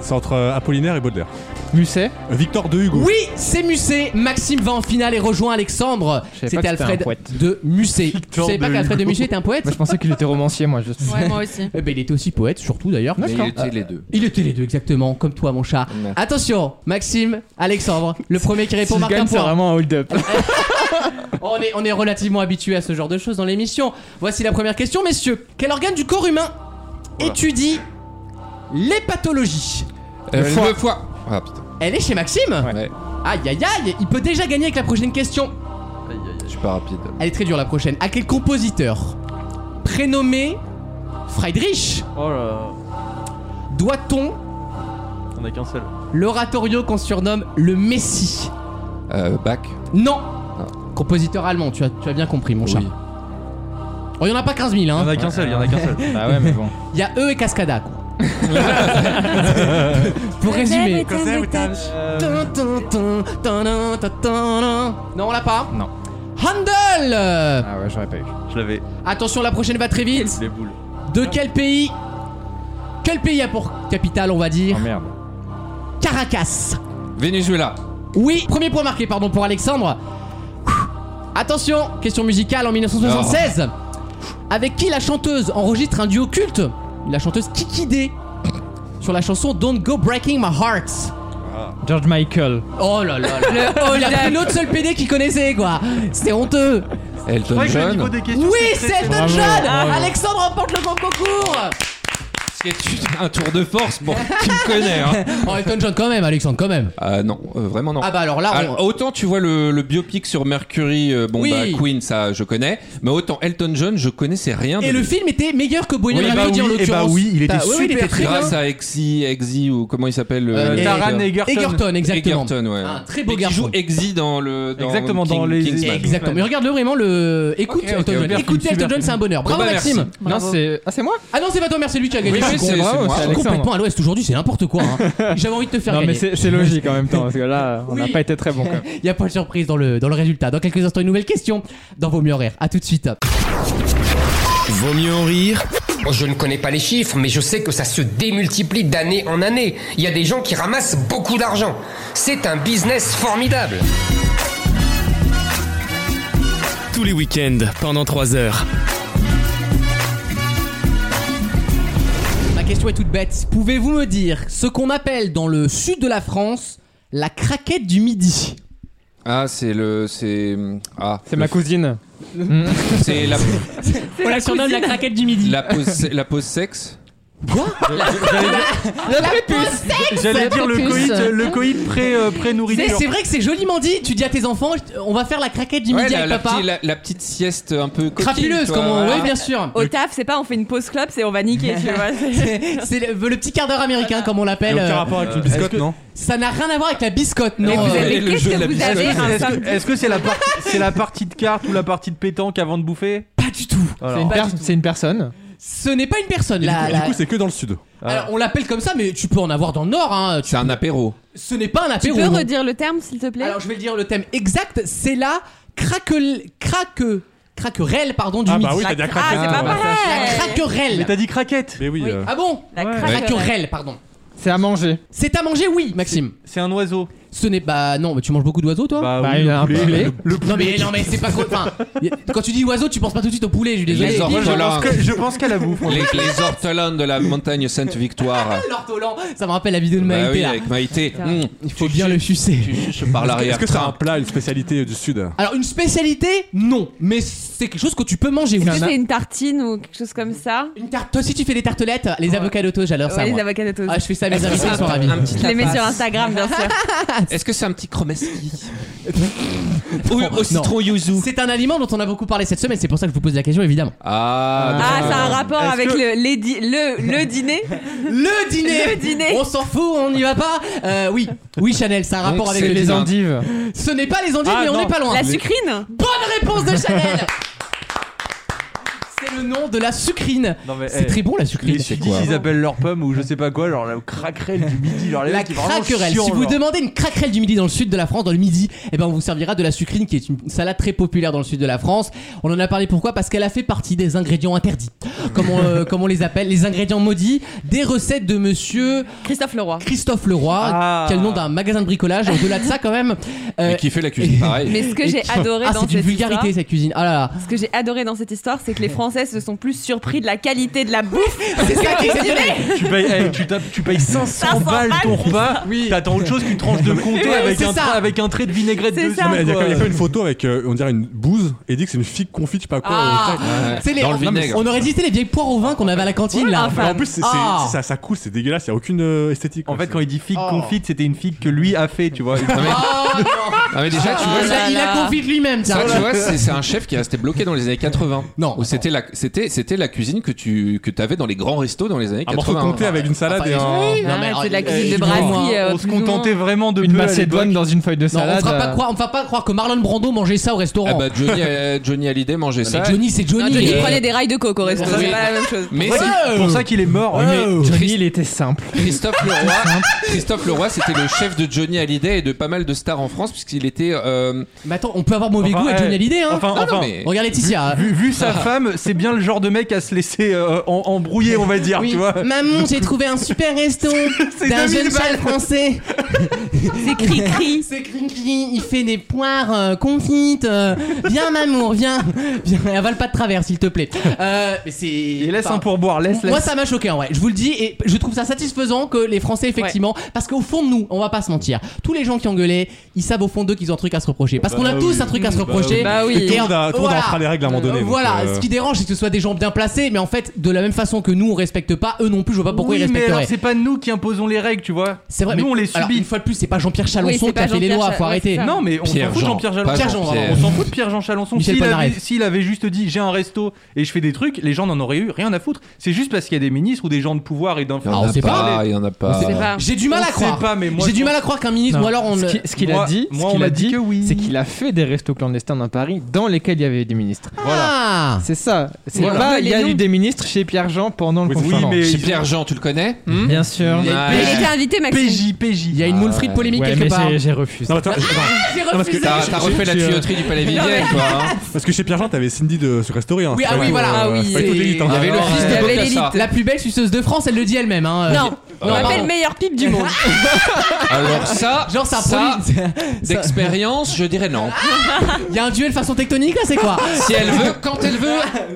S5: C'est entre euh, Apollinaire et Baudelaire.
S8: Musset.
S5: Euh, Victor de Hugo.
S2: Oui, c'est Musset. Maxime va en finale et rejoint Alexandre.
S8: savais pas
S2: C'était
S8: que c'était un
S2: Alfred
S8: poète.
S2: de Musset. Tu
S5: Victor
S2: savais pas
S5: de
S2: qu'Alfred de
S5: Hugo.
S2: Musset était un poète
S8: Moi je pensais qu'il était romancier moi juste.
S4: ouais, moi aussi.
S2: Eh ben, il était aussi poète, surtout d'ailleurs.
S3: Mais il était les deux.
S2: Il était les deux exactement, comme toi mon chat.
S3: Merci.
S2: Attention, Maxime, Alexandre, le premier qui
S8: Si
S2: répond
S8: je
S2: marque un
S8: gagne c'est
S2: point.
S8: vraiment un hold-up.
S2: On est, on est relativement habitué à ce genre de choses dans l'émission. Voici la première question, messieurs. Quel organe du corps humain étudie les pathologies
S3: Euh,
S8: Le foie.
S3: le foie. Ah putain.
S2: Elle est chez Maxime
S3: Ouais.
S2: Aïe aïe aïe, il peut déjà gagner avec la prochaine question.
S3: Je suis pas rapide.
S2: Elle est très dure la prochaine. À quel compositeur prénommé Friedrich
S7: Oh là,
S2: doit-on
S7: on a qu'un seul.
S2: l'oratorio qu'on surnomme le Messie
S3: Euh, bac.
S2: Non
S3: Ah.
S2: Compositeur allemand, tu as, tu as bien compris mon chat.
S3: Oui.
S2: Oh, il n'y en a pas 15 000,
S7: Il y en
S2: hein.
S7: a qu'un seul, il y en a qu'un seul.
S8: Bah ouais mais bon.
S2: Il y a eux et Cascada, quoi. Pour résumer. Tin, tin, tin, tin, tin, tin, tin. Euh. Non, on l'a pas
S8: Non.
S2: Handel euh,
S8: Ah ouais j'aurais pas eu.
S7: Je l'avais.
S2: Attention, la prochaine va très vite.
S7: Les boules.
S2: De quel pays Quel pays a pour capitale, on va dire
S8: Oh merde.
S2: Caracas.
S3: Venezuela.
S2: Oui, premier point marqué, pardon, pour Alexandre. Attention, question musicale en 1976. Avec qui la chanteuse enregistre un duo culte La chanteuse Kiki D. Sur la chanson Don't Go Breaking My Heart.
S8: George Michael.
S2: Oh là là là. Il a pris l'autre seul PD qu'il connaissait, quoi. C'était honteux.
S7: C'est
S3: Elton
S7: vrai que le niveau
S3: John.
S7: des questions.
S2: Oui, c'est Elton
S8: Bravo,
S2: John
S8: bravo.
S2: Alexandre remporte le grand concours
S3: C'est un tour de force pour qui me connaît. Hein.
S2: Oh, Elton John, quand même, Alexandre, quand même.
S3: Ah non, euh, vraiment non.
S2: Ah bah alors là, on-
S3: Alors, autant tu vois le, le biopic sur Mercury, euh, bon
S2: Oui.
S3: bah Queen, ça je connais, mais autant Elton John, je connaissais rien.
S2: Et
S3: de
S2: le
S3: lui.
S2: film était meilleur que Bohemian
S7: Oui, bah
S2: Rhapsody en
S7: oui, eh bah
S2: l'occurrence.
S7: oui, il était
S2: Bah oui,
S7: super
S2: très bien.
S3: Grâce à Exy, Exy ou comment il s'appelle le-
S2: Euh,
S3: le-
S7: Taran
S3: le-
S7: Egerton.
S2: Egerton, exactement.
S3: Egerton, ouais.
S2: Un Ah, très beau
S3: Et qui
S2: garçon.
S3: joue Exy dans le. Dans
S7: Exactement, dans
S3: King-
S7: les-
S3: Kingsman.
S2: Eh, Exactement. Mais regarde-le vraiment le. Écoute
S3: Ok, ok,
S2: Elton John.
S3: super
S2: Écoutez
S7: film,
S2: Elton
S7: super
S2: John, c'est un bonheur. Bravo
S3: Bon, bah,
S2: Maxime.
S3: merci.
S8: Non c'est ah c'est moi.
S2: Ah non, c'est pas toi, merci, c'est lui qui a gagné.
S3: Oui,
S2: Je suis
S3: oui,
S2: con.
S3: c'est-
S2: Bravo,
S3: c'est moi.
S2: je suis
S8: Alexandre.
S2: complètement à l'ouest aujourd'hui, c'est n'importe quoi. hein. J'avais envie de te faire
S8: Non mais
S2: gagner.
S8: c'est c'est logique en même temps parce que là on n'a
S2: Oui.
S8: pas été très bon. Quoi.
S2: Il y a pas de surprise dans le dans le résultat. Dans quelques instants, une nouvelle question dans vos mieux horaires. À tout de suite.
S1: Vaut mieux en rire
S11: Bon, Oh, Je ne connais pas les chiffres, mais je sais que ça se démultiplie d'année en année. Il y a des gens qui ramassent beaucoup d'argent. C'est un business formidable.
S1: tous les week-ends pendant 3 heures.
S2: Ma question est toute bête. Pouvez-vous me dire ce qu'on appelle dans le sud de la France la craquette du midi
S3: Ah, c'est le. C'est. Ah.
S8: C'est ma cousine.
S3: C'est la,
S2: On la surnomme la craquette du midi.
S3: la, pause, la pause sexe.
S2: Quoi La, prépuce
S7: J'allais dire le coït, le coït pré, euh,
S2: C'est
S7: pré-nourriture.
S2: c'est vrai que c'est joliment dit. Tu dis à tes enfants, on va faire la craquette du
S3: Ouais,
S2: midi
S3: la,
S2: avec
S3: la
S2: papa.
S3: petit- la- la petite sieste un peu coquine, Ah,
S2: Crapuleuse,
S3: toi,
S2: comme on.
S3: voilà.
S2: Oui, bien sûr.
S4: Au taf, c'est pas on fait une pause club, c'est on va niquer, tu vois. c'est-
S2: C'est c'est le, le petit quart d'heure américain, comme on
S5: Il
S2: l'appelle.
S5: y a aucun
S2: euh,
S5: rapport avec une biscotte, non
S2: Ça n'a rien à voir avec la biscotte, non.
S4: Mais vous
S2: euh,
S4: avez,
S3: le
S4: qu'est-ce
S3: jeu de la
S4: que vous
S3: biscotte.
S4: avez un
S7: Est-ce
S4: samedi
S7: que- Est-ce que c'est la, partie- c'est la partie de carte ou la partie de pétanque avant de bouffer
S2: Pas du tout.
S8: C'est une,
S7: Alors,
S8: per- c'est une personne.
S2: Ce n'est pas une personne.
S5: Et
S2: la-
S5: du coup-
S2: la-
S5: Du coup, c'est que dans le sud.
S2: Alors, on l'appelle comme ça, mais tu peux en avoir dans le nord. Hein. Tu-
S3: C'est un apéro.
S2: Ce n'est pas un
S4: Tu
S2: apéro.
S4: peux
S2: non.
S4: redire le terme, s'il te plaît
S2: Alors, je vais le dire le thème exact. C'est la craquel, craque, craquerelle, pardon, du
S5: Ah
S2: midi.
S5: bah oui,
S4: La
S5: t'as dit la
S4: cra- Ah,
S5: craquette.
S4: c'est pas
S5: ouais.
S4: pareil
S2: La
S4: craquerelle
S2: craquerelle.
S7: Mais t'as dit craquette
S5: Mais oui.
S4: Oui.
S5: euh,
S2: Ah bon
S4: La
S7: Ouais.
S2: Craquerelle,
S4: craquerelle.
S2: pardon.
S8: C'est à manger.
S2: C'est à manger, oui, Maxime.
S7: C'est un oiseau.
S2: Ce n'est pas. non, mais tu manges beaucoup d'oiseaux, toi
S7: Bah,
S8: Bah, oui, il a un poulet. poulet.
S2: Non, mais, non, mais c'est pas. co- Enfin, y a- quand tu dis oiseau, tu penses pas tout de suite au poulet, je suis désolé.
S3: Les
S7: Moi, je
S3: ortolans.
S7: pense que- je pense qu'elle avoue.
S3: Les, les ortolans de la montagne Sainte-Victoire.
S2: L'ortolan, ça me rappelle la vidéo de
S3: Bah
S2: Maïté
S3: oui,
S2: là.
S3: avec Maïté. Mmh,
S2: Il faut bien le sucer.
S3: tu chuches par
S5: Est-ce
S3: l'arrière.
S5: que c'est un plat, une spécialité du Sud
S2: Alors, une spécialité, non. Mais c'est quelque chose que tu peux manger. Oui.
S4: Tu fais une tartine ou quelque chose comme ça
S2: Une tarte. Toi aussi, tu fais des tartelettes Les avocats d'auto, j'adore ça.
S4: Ouais, les
S2: moi.
S4: avocats de toast.
S2: Ah, je fais ça à mes invités, ils sont ravis.
S3: Un petit
S4: Je les mets
S3: tapas.
S4: sur Instagram, bien sûr.
S3: Est-ce que c'est un petit chromeski Ou au citron yuzu
S2: C'est un aliment dont on a beaucoup parlé cette semaine, c'est pour ça que je vous pose la question évidemment.
S4: Ah,
S3: Ah, d'accord.
S4: ça a un rapport
S7: Est-ce
S4: avec
S7: que-
S4: le, les di- le, le dîner
S2: Le dîner
S4: Le dîner.
S2: On s'en fout, on n'y va pas Euh, Oui, oui Chanel, ça a un
S3: Donc,
S2: rapport avec
S3: c'est
S2: le
S8: Les
S2: dîner.
S3: an-
S8: endives.
S2: Ce n'est pas les endives,
S7: Ah,
S2: mais on
S7: non.
S2: n'est pas loin.
S4: La sucrine
S2: Bonne réponse de Chanel C'est le nom de la sucrine.
S7: Non, mais,
S2: C'est
S7: eh,
S2: très bon la
S7: Les
S2: sucrine.
S7: sudistes, ils appellent leurs pommes ou je sais pas quoi, genre la craquerelle du midi, genre les
S2: La
S7: mecs, c'est vraiment
S2: craquerelle.
S7: chiant,
S2: Si vous
S7: genre.
S2: demandez une craquerelle du midi dans le sud de la France, dans le midi, eh ben on vous servira de la sucrine qui est une salade très populaire dans le sud de la France. On en a parlé pourquoi Parce qu'elle a fait partie des ingrédients interdits, comme on, euh, comme on les appelle, les ingrédients maudits, des recettes de monsieur
S4: Christophe Leroy.
S2: Christophe Leroy,
S7: Ah.
S2: qui a le nom d'un magasin de bricolage, au-delà de ça quand même. Euh,
S3: Mais qui fait la cuisine pareil.
S4: Mais ce que
S2: et
S4: j'ai
S2: qui-
S4: adoré
S2: Ah,
S4: dans
S2: c'est
S4: cette
S2: d'une vulgarité
S4: histoire,
S2: cette cuisine. Ah là là.
S4: ce que j'ai adoré dans cette histoire, c'est que les Français se sont plus surpris de la qualité de la bouffe.
S2: C'est ça qui est exceptionnel.
S7: Tu payes, eh, tu, tapes- tu payes 500,
S4: 500
S7: balles ton
S4: balles.
S7: repas, t'attends autre chose qu'une tranche de comté
S2: ouais,
S7: avec,
S2: c'est
S7: un
S2: ça.
S7: tra- avec un trait de vinaigrette
S4: C'est
S7: dessus.
S4: ça.
S5: Mais Il y a quand- il y a
S7: quoi.
S5: quand une photo avec, euh, on dirait, une bouse et dit que c'est une figue confite, je sais pas quoi.
S2: Ah.
S5: au tac.
S3: Ouais.
S2: C'est les-
S3: Dans le
S2: Non, mais
S3: vinaigre.
S2: On aurait dit c'était les vieilles poires au vin qu'on avait à la cantine là.
S5: Mais en plus, c'est- c'est-
S2: Ah.
S5: ça, ça coule, c'est dégueulasse, il n'y a aucune euh, esthétique.
S7: En fait, quand il dit
S4: Oh.
S7: figue confite, c'était une figue que lui a fait, tu vois.
S3: Non, mais- Non, mais déjà, tu
S2: Ah,
S3: vois,
S2: il a- il a confite lui-même. tiens.
S3: Ça, tu vois, c'est c'est un chef qui est resté bloqué dans les années 80.
S2: Non,
S3: Où c'était la, c'était, c'était la cuisine que tu que avais dans les grands restos dans les années
S5: un morceau
S3: 80.
S5: compté avec une salade
S2: Enfin,
S5: et un.
S2: oui,
S4: Ah,
S2: mais
S4: c'est
S2: alors,
S4: de la
S2: euh,
S4: cuisine de
S2: excuse-moi,
S4: brasserie,
S2: hein.
S4: euh,
S7: on se contentait vraiment de
S8: Une
S7: peu à l'époque.
S8: macédoine dans une feuille de
S2: Non, on
S8: salade.
S2: fera pas
S8: euh,
S2: croire, on fera pas croire que Marlon Brando mangeait ça au restaurant.
S3: Ah bah Johnny, euh, Johnny Hallyday mangeait
S2: Mais
S3: ça.
S2: Johnny, c'est
S4: Non,
S2: Johnny.
S4: Johnny
S2: euh,
S4: prenait des rails de coke au resto,
S3: Oui.
S4: c'est pas la même chose.
S3: Mais
S7: Ouais, C'est pour ça qu'il est mort.
S8: mais
S2: euh,
S8: Johnny,
S3: Christ-
S8: il était simple.
S3: Christophe Leroy, Christophe Leroy, c'était le chef de Johnny Hallyday et de pas mal de stars en France puisqu'il était. euh,
S2: Mais attends, on peut avoir mauvais
S7: Enfin,
S2: goût à
S7: eh,
S2: Johnny Hallyday, hein.
S7: enfin,
S3: non, non,
S7: enfin,
S3: mais-
S2: Regarde Laetitia.
S7: Vu, vu sa femme, c'est bien le genre de mec à se laisser euh, en- embrouiller, on va dire,
S2: Oui.
S7: tu vois.
S2: Maman, j'ai trouvé un super resto d'un
S7: 2000
S2: jeune chef français.
S4: C'est cri-cri.
S2: C'est cri-cri, il fait des poires euh, confites. euh, viens, mamour, viens. Viens, avale pas de travers, s'il te plaît. Euh, mais c'est.
S7: Et laisse
S2: enfin,
S7: un pourboire, laisse, laisse.
S2: Moi, ça m'a choqué en vrai. Je vous le dis et je trouve ça satisfaisant que les Français, effectivement, parce qu'au fond de nous, on va pas se mentir, tous les gens qui engueulaient, ils savent au fond d'eux qu'ils ont un truc à se reprocher. Parce qu'on a
S5: Bah
S2: tous
S5: oui.
S2: un truc à se reprocher.
S4: Bah oui.
S5: Tout le monde a- tout le monde
S2: Voilà.
S5: en fera les règles à un moment donné. donc,
S2: voilà,
S5: euh,
S2: ce qui dérange, c'est que ce soit des gens bien placés, mais en fait, de la même façon que nous, on respecte pas, eux non plus, je vois pas pourquoi
S7: oui,
S2: ils
S7: mais alors
S2: respecteraient.
S7: c'est pas nous qui imposons les règles, tu vois.
S2: C'est vrai,
S7: nous
S2: mais
S7: on les
S2: alors,
S7: subit.
S2: une fois de plus, c'est pas Jean-Pierre Chalençon
S4: Oui, c'est
S2: qui a
S4: pas
S2: fait les
S4: Jean-Pierre
S2: lois, faut
S4: Cha- ouais,
S2: arrêter.
S4: c'est ça.
S7: Non, mais on s'en
S3: Pierre
S7: fout de
S3: Jean,
S7: Jean-Pierre
S3: pas
S7: Jalençon.
S2: Jean,
S7: On
S3: Jean-Pierre.
S7: s'en fout de Pierre Jean Chalençon.
S2: Michel
S7: S'il avait,
S2: Polnareff.
S7: s'il avait juste dit j'ai un resto et je fais des trucs, les gens n'en auraient eu rien à foutre. C'est juste parce qu'il y a des ministres ou des gens de pouvoir et
S3: Il y en
S2: Ah, on
S7: d'influence.
S3: a
S2: sait
S3: pas,
S2: pas.
S3: il y en a pas.
S4: C'est pas-
S2: Euh, J'ai du mal
S7: On
S2: à
S7: sait
S2: croire.
S7: pas, mais moi,
S2: J'ai
S7: je
S2: du
S7: pense-
S2: mal à croire qu'un ministre
S8: Non.
S2: ou alors on.
S8: Ce
S2: le-
S8: qui- ce qu'il a
S7: Moi-
S8: dit, ce
S7: moi, on
S8: qu'il
S7: m'a
S8: a
S7: dit
S8: dit,
S7: que oui.
S8: c'est qu'il a fait des restos clandestins dans Paris dans lesquels il y avait des ministres.
S2: Ah
S8: C'est ça. C'est
S4: Voilà.
S8: pas il y a
S4: Les
S8: eu
S4: noms.
S8: des ministres chez Pierre Jean pendant le
S7: Oui,
S8: confinement.
S7: mais-
S3: Chez
S7: ils ont-
S3: Pierre Jean, tu le connais Hmm
S8: Bien sûr.
S3: Il y a
S4: Mais
S3: une
S4: il était invité, Maxime.
S7: PJ, PJ.
S2: Il y a une
S3: Ah,
S2: moule frite
S3: ouais.
S2: polémique
S8: Ouais,
S2: quelque
S8: mais
S2: part.
S8: j'ai- j'ai refusé.
S5: Non, attends, attends,
S2: J'ai
S5: parce que
S2: refusé.
S3: T'as t'as refait la
S8: Je- je-
S3: tuyauterie du Palais Villette, toi. hein.
S5: parce que chez Pierre-Jean, t'avais Cindy de ce restaurant.
S2: Oui, ah oui, voilà.
S4: Ah oui,
S5: Pas tout élite, hein.
S3: Ah, Il y avait le
S2: Alors,
S3: fils
S2: euh,
S4: il y
S3: de
S4: avait
S3: Bocassa.
S4: l'élite.
S2: La plus belle suceuse de France, elle le dit elle-même. Hein. Euh,
S4: Non, on
S3: Euh,
S4: appelle
S3: pardon.
S4: meilleur pipe du monde.
S3: Alors ça,
S2: Genre, c'est un
S3: ça,
S2: produit.
S3: d'expérience, je dirais non.
S2: Il y a un duel façon tectonique là, c'est quoi
S3: Si elle veut, quand elle veut,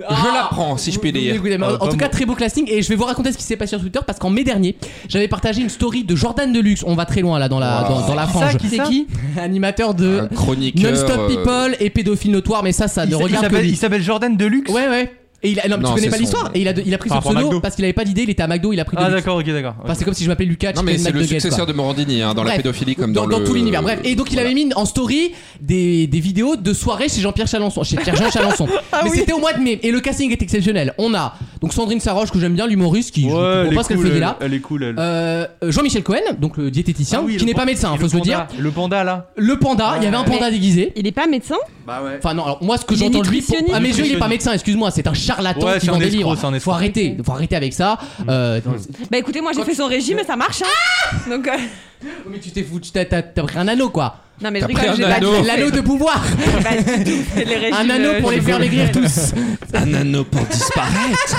S7: Ah.
S3: je la prends, si je puis
S2: Oui,
S3: dire.
S2: oui, mais en- en tout cas, très beau classing. Et je vais vous raconter ce qui s'est passé sur Twitter parce qu'en mai dernier, j'avais partagé une story de Jordan Deluxe. On va très loin là dans la,
S3: Wow.
S2: dans, dans la
S7: Qui ça,
S2: frange.
S7: qui C'est ça qui
S2: Animateur de
S3: Un chroniqueur.
S2: Non-Stop
S3: Ah, euh,
S2: People et pédophile notoire, mais ça, ça
S7: Il
S2: ne
S7: s- il
S2: regarde que
S7: s'appelle-
S2: lui.
S7: il s'appelle Jordan Deluxe.
S2: Ouais, ouais. Et il a, non, mais
S3: Non,
S2: tu connais
S3: c'est
S2: pas
S3: son-
S2: l'histoire. Et il a, il a pris
S5: Par
S2: son
S5: rapport à
S2: pseudo
S5: McDo.
S2: parce qu'il avait pas d'idée. Il était à McDo, il a pris
S7: Ah
S2: Deluxe.
S7: d'accord, ok, d'accord.
S2: Enfin, c'est comme si je m'appelle Lucas.
S3: Non,
S2: tu
S3: mais
S2: connais
S3: c'est le
S2: McNuggets,
S3: successeur
S2: quoi.
S3: de Morandini hein, dans la
S2: Bref,
S3: pédophilie comme
S2: dans,
S3: dans,
S2: dans
S3: le-
S2: tout l'univers. Bref, et donc il avait mis en story des, des vidéos de soirées chez Jean-Pierre Chalençon, chez Pierre-Jean Chalençon.
S7: Ah
S2: Mais c'était au mois de mai et le casting est exceptionnel. On a donc Sandrine Saroche que j'aime bien, l'humoriste qui je comprends
S7: elle
S2: pas
S7: est
S2: ce qu'elle
S7: cool,
S2: faisait
S7: elle-
S2: là.
S7: Elle est cool. elle.
S2: Euh, Jean-Michel Cohen, donc le diététicien,
S7: Ah oui,
S2: qui
S7: le
S2: n'est pas
S7: pan-
S2: médecin,
S7: et
S2: faut
S7: le
S2: se le dire.
S7: panda, Le panda là.
S2: Le panda, il y avait un panda
S4: Mais-
S2: déguisé.
S4: Il est pas médecin
S2: Enfin non, alors moi ce que
S4: Il est
S2: j'entends de lui, pour- à mes yeux il est pas
S7: nutritionniste.
S2: médecin, excuse-moi, c'est un charlatan
S7: Ouais,
S2: qui
S7: c'est
S2: vend
S7: un
S2: des
S7: escroc,
S2: livres. hein.
S7: c'est un
S2: faut
S7: escroc. Mm.
S2: arrêter, faut arrêter avec ça. Euh,
S4: Bah écoutez, moi j'ai fait son régime et ça marche. hein. Donc, euh,
S2: mais tu t'es foutu, t'as t'as- t'as pris un anneau quoi.
S4: non mais je
S3: T'as pris
S4: rigole, j'ai
S3: un
S4: pas
S3: anneau.
S7: Oh.
S4: tout fait.
S2: L'anneau de pouvoir,
S4: J'ai pas du tout fait les régimes,
S2: un anneau pour
S4: euh,
S2: les
S4: je-
S2: faire maigrir tous.
S3: Un anneau pour disparaître.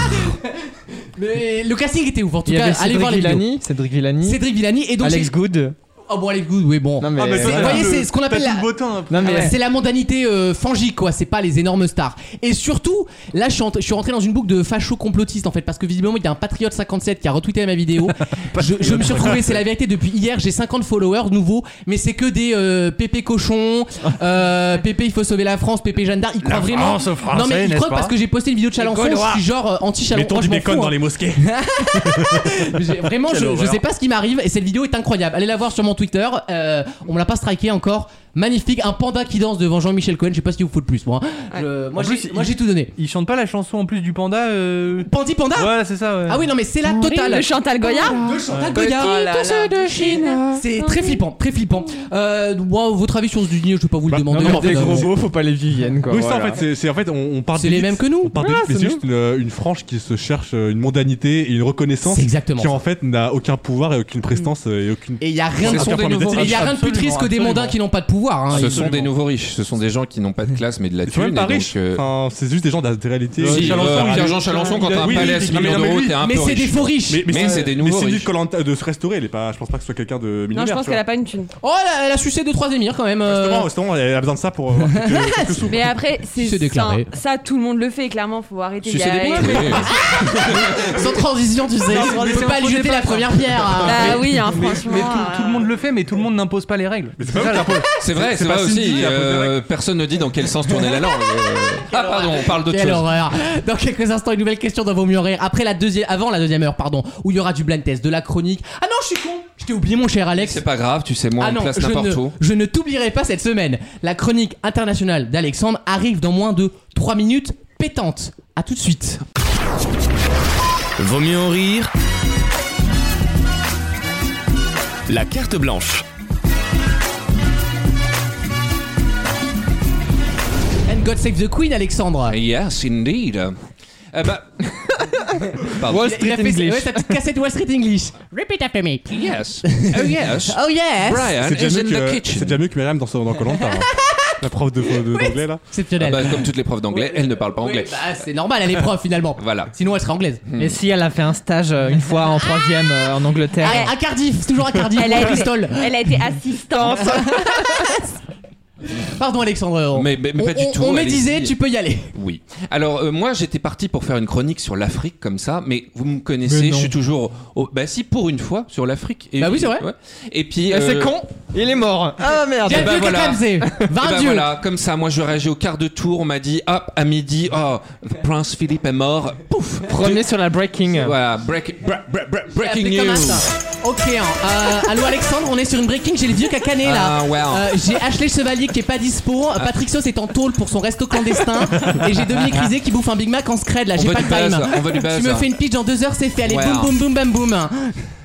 S2: Mais le casting était ouf en tout
S8: Il y
S2: cas.
S8: avait
S2: Allez
S8: Cédric
S2: voir les vidéos.
S8: Villani, Cédric Villani,
S2: Cédric Villani et donc
S8: Alex
S2: j'ai-
S8: Good.
S2: Oh bon, Alex Good, oui, bon.
S8: Non, mais- Ah, mais
S2: C'est-
S8: toi,
S2: vous
S8: t'as
S2: voyez,
S8: le-
S2: c'est ce qu'on
S8: t'as
S2: appelle
S8: tout
S2: la...
S8: le beau teint, après. Non, mais-
S2: Ah ouais. c'est la mondanité euh, fangique, quoi. C'est pas les énormes stars. Et surtout, là, je suis, en- je suis rentré dans une boucle de facho complotiste, en fait, parce que visiblement, il y a un patriote 57 qui a retweeté ma vidéo. je, je me suis retrouvé, c'est la vérité. Depuis hier, j'ai 50 followers nouveaux, mais c'est que des euh, Pépé cochon, euh, Pépé il faut sauver la France, Pépé Jeanne d'Arc. Ils
S5: La
S2: croient vraiment.
S5: France aux Français,
S2: non mais ils
S5: n'est-ce
S2: croient
S5: pas
S2: parce que j'ai posté une vidéo de Chalençon.
S5: Les
S2: Je
S5: Gaulois.
S2: suis genre euh, anti-Chalençon.
S5: Mettons
S2: moi,
S5: du
S2: je m'en
S5: bacon
S2: fous,
S5: dans
S2: hein.
S5: les mosquées.
S2: J'ai- Vraiment,
S5: Quelle
S2: je, je
S5: horreur.
S2: sais pas ce qui m'arrive et cette vidéo est incroyable. Allez la voir sur mon Twitter. euh, on me l'a pas striké encore. Magnifique, un panda qui danse devant Jean-Michel Cohen. Je sais pas ce qu'il vous faut de plus, moi. Je- moi,
S7: En
S2: j'ai
S7: plus,
S2: moi,
S7: il-
S2: j'ai tout donné.
S7: Il chante pas la chanson en plus du panda. euh,
S2: Pandi Panda
S7: Voilà, c'est ça. ouais.
S2: Ah oui, non, mais c'est la totale.
S4: De Chantal Goya
S2: De Chantal
S4: Ouais.
S2: Goya.
S4: Oh là là. Tous de Chine.
S2: C'est très flippant, très flippant. Euh, wow, votre avis sur ce dîner, je vais pas vous le demander.
S8: Non,
S2: en fait,
S8: des gros
S2: euh,
S8: beaux, faut pas les viviennes quoi.
S5: Oui, ça en
S8: voilà.
S5: fait, c'est- c'est en fait, on, on parle
S2: C'est
S5: des
S2: les mêmes
S5: luttes.
S2: que nous.
S5: On parle des
S8: Voilà,
S5: luttes,
S8: c'est
S5: mais c'est juste euh, une, une frange qui se cherche euh, une mondanité et une reconnaissance
S2: C'est exactement
S5: qui
S2: ça.
S5: en fait n'a aucun pouvoir et aucune prestance euh, et aucune.
S2: Et il y a rien,
S5: Ce
S2: de-
S5: sont des
S2: et
S5: nouveaux
S2: y a rien de plus
S7: absolument,
S2: triste que des
S7: absolument.
S2: mandats qui n'ont pas de pouvoir. hein.
S3: Ce
S2: Ils-
S3: sont des nouveaux riches, ce sont des gens qui n'ont pas de classe mais de la
S5: Ils sont
S3: thune.
S5: même pas
S3: et donc,
S5: riches.
S3: euh,
S5: Enfin, c'est juste des gens d'intérêté.
S3: si, euh, Pierre-Jean Chalençon, quand t'as un
S5: Oui, oui,
S3: palais à
S5: oui,
S3: 6
S5: non, mais
S3: millions
S5: non, mais
S3: d'euros,
S5: oui.
S3: t'es un
S2: Mais
S3: peu
S2: c'est des
S3: riche.
S2: faux riches.
S5: Mais,
S3: Mais c'est des
S5: Mais
S3: nouveaux
S5: c'est
S3: riches.
S5: nul Colanta de se restaurer. Elle est pas. Je pense pas que ce soit quelqu'un de
S4: Non,
S5: millionnaire.
S4: je pense
S5: tu
S4: qu'elle
S5: vois.
S4: a pas une thune.
S2: Oh, elle a- elle a sucé deux trois émirs quand même. euh.
S5: Justement, justement, elle a besoin de ça pour. avoir quelques- quelques sous.
S4: Mais après, c'est
S2: C'est déclaré.
S4: Ça, ça, tout le monde le fait, clairement, faut arrêter. Il y
S3: Sucer
S4: a-
S3: des bouches, oui.
S2: Sans transition, tu sais.
S7: Non,
S2: Tu peux
S7: mais
S2: pas
S7: on
S2: lui jeter
S7: connaît
S2: la
S7: pas ça.
S2: première pierre. hein.
S4: Bah oui, hein,
S7: Mais,
S4: franchement. euh,
S7: mais tout, tout le monde le fait, mais tout le monde n'impose pas les règles.
S5: Mais c'est pas eux qui imposent.
S3: C'est vrai,
S5: C'est
S3: c'est
S5: pas
S3: vrai
S5: Cindy
S3: aussi.
S5: qui a posé la
S3: euh, personne ne dit dans quel sens tourner la langue. euh. Ah pardon, on parle d'autre
S2: Quelle
S3: chose.
S2: horreur Dans quelques instants, une nouvelle question dans Vos mieux en rire. Après la deuxième, avant la deuxième heure, pardon, où il y aura du blind test, de la chronique. Ah non, je suis con. Je t'ai oublié, mon cher Alex.
S3: C'est pas grave, tu sais, moi
S2: Ah
S3: on me
S2: non,
S3: place
S2: je ne,
S3: n'importe où.
S2: je ne t'oublierai pas cette semaine. La chronique internationale d'Alexandre arrive dans moins de 3 minutes pétantes. À tout de suite.
S1: Vaut mieux en rire. La carte blanche.
S2: And God save the Queen,
S3: Ah,
S2: Alexandre.
S3: Yes, indeed. Eh ben- Pardon.
S8: Wall
S2: Il a
S8: Street
S2: fait
S8: English.
S2: ouais, sa petite cassette Wall Street English. Repeat after me.
S3: Yes. Oh yes.
S2: Oh yes.
S3: Brian
S5: C'est
S3: is
S5: déjà
S3: in
S5: mieux
S3: the
S5: que- c'est
S3: kitchen.
S5: déjà mieux que Madame dans son- dans Colanta. hein. La prof de de- d'anglais là.
S2: Exceptionnel.
S3: Ah bah, comme toutes les profs d'anglais, elle ne parle pas
S2: Oui,
S3: anglais.
S2: bah, c'est normal, elle est prof finalement.
S3: Voilà.
S2: Sinon, elle serait anglaise.
S8: Mais si elle a fait un stage euh, une fois en troisième euh, en Angleterre.
S2: À, à Cardiff, c'est toujours à Cardiff,
S4: Elle
S2: à
S4: a, été,
S2: Bristol.
S4: elle a été assistante.
S2: Pardon Alexandre. on-
S3: Mais- mais- mais
S2: on,
S3: pas du
S2: on-
S3: tout,
S2: On me
S3: allez-y. Eh
S2: disait, tu peux y aller.
S3: Oui. Alors euh, moi j'étais parti pour faire une chronique sur l'Afrique comme ça, mais vous me
S8: Mais
S3: connaissez,
S8: non.
S3: je suis toujours au- bah si pour une fois sur l'afrique. Et-
S2: Bah oui, c'est vrai. Eh,
S3: ouais. Et puis
S8: Ah, C'est
S3: euh,
S8: con, il est mort. Ah merde.
S2: Bien
S3: bah
S2: vu,
S3: voilà.
S2: Kakabzé.
S3: Eh ben
S2: Vingt dieux.
S3: voilà, comme ça, moi je réagis au quart de tour, on m'a dit, hop, à midi, oh, Prince Philippe est mort, pouf
S8: Premier sur la breaking.
S3: Voilà, break- bra- bra- bra- breaking
S2: Appelé Eh, comme
S3: news
S2: ça. Ok, hein. Euh, allô Alexandre, on est sur une breaking, j'ai le vieux cacané là.
S3: Ah, ouais. Ah.
S2: Euh, j'ai Ashley Chevalier qui est pas dispo, euh, Patrick Sauce est en tôle pour son resto clandestin, et j'ai Dominique Rizet qui bouffe un Big Mac en scred là,
S3: On
S2: Ah, j'ai
S3: veut
S2: pas
S3: du
S2: le
S3: buzz,
S2: time.
S3: on veut du buzz.
S2: Tu me fais une pitch dans deux heures, c'est fait, allez
S3: Ouais. hein.
S2: boum boum boum bam boum.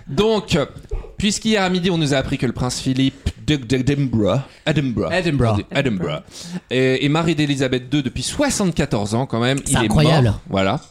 S3: Donc, puisqu'hier à midi, on nous a appris que le prince Philippe de- de- d'Edinburgh, Edinburgh,
S2: Edinburgh.
S3: Edinburgh, est, est marié d'Elisabeth II depuis 74 ans quand même.
S2: C'est
S3: il Est
S2: incroyable.
S3: mort, voilà.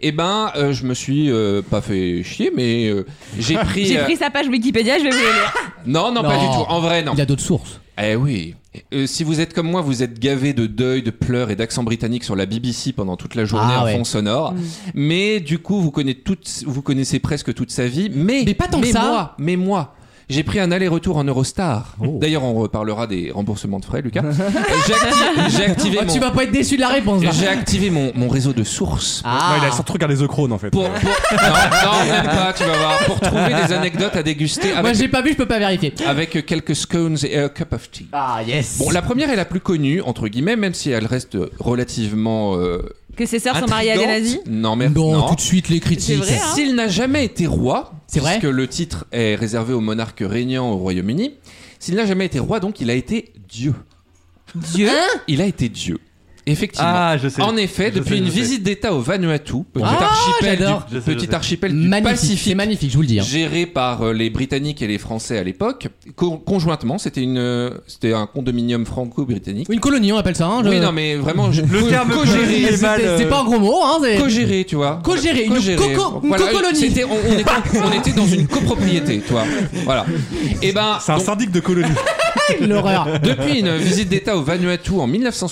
S3: Et ben, euh, je me suis euh, pas fait chier, mais euh, j'ai pris.
S4: J'ai
S3: euh,
S4: pris sa page Wikipédia, je vais vous la lire.
S3: non, non, pas
S2: Non.
S3: du tout. En vrai, non.
S2: Il a d'autres sources.
S3: Eh oui. Euh, si vous êtes comme moi, vous êtes gavé de deuil, de pleurs et d'accent britannique sur la BBC pendant toute la journée
S2: Ah
S3: en
S2: ouais.
S3: fond sonore. Mais du coup, vous connaissez, toutes- vous connaissez presque toute sa vie. Mais,
S2: Mais pas tant que ça.
S3: Moi, mais moi, j'ai pris un aller-retour en Eurostar.
S2: Oh.
S3: D'ailleurs, on reparlera des remboursements de frais, Lucas. j'ai acti- j'ai activé,
S2: Oh,
S3: mon,
S2: tu vas pas être déçu de la réponse là.
S3: j'ai activé mon, mon réseau de sources.
S2: Ah.
S5: Ouais, il a surtout regardé The Crown en fait.
S3: Pour, pour- non, non, même pas, tu vas voir. Pour trouver des anecdotes à déguster
S2: Moi
S3: avec,
S2: j'ai pas vu, je peux pas vérifier.
S3: avec quelques scones et a cup of tea.
S2: Ah yes.
S3: Bon, la première est la plus connue, entre guillemets, même si elle reste relativement. Euh,
S4: Que ses sœurs sont mariées à des
S3: intrigante.
S4: nazis
S3: Non, mais.
S2: non,
S3: non.
S2: tout de suite les critiques.
S4: C'est vrai, hein
S3: S'il n'a jamais été roi,
S2: C'est vrai
S3: puisque le titre est réservé au monarque régnant au Royaume-Uni, s'il n'a jamais été roi, donc il a été Dieu. Dieu Il a été Dieu. Effectivement.
S7: Ah, je sais.
S3: En effet,
S7: Je
S3: depuis
S7: sais, je
S3: une
S7: sais.
S3: visite d'État au Vanuatu, petit
S2: Ah,
S3: archipel,
S2: j'adore.
S3: du,
S7: Je sais, je
S3: petit
S7: sais.
S3: archipel du
S2: Magnifique,
S3: Pacifique
S2: c'est magnifique, je vous le dis. hein.
S3: géré par euh, les Britanniques et les Français à l'époque. Co- conjointement, c'était une, euh, c'était un condominium franco-britannique.
S2: Une colonie, on appelle ça. Hein, je-
S3: Oui, non, mais vraiment, je- co-
S7: Le terme
S3: co-géré,
S7: colonie est mal,
S2: C'est
S7: euh,
S2: c'est pas un gros mot, hein. c'est-
S3: co-géré, tu vois.
S2: Co-géré, une coco- une co-colonie.
S3: c'était- on, on était, on était dans une copropriété, tu vois. Voilà. Et ben,
S5: C'est un
S3: donc,
S5: syndic de colonie.
S2: blague, l'horreur.
S3: Depuis une visite d'État au Vanuatu en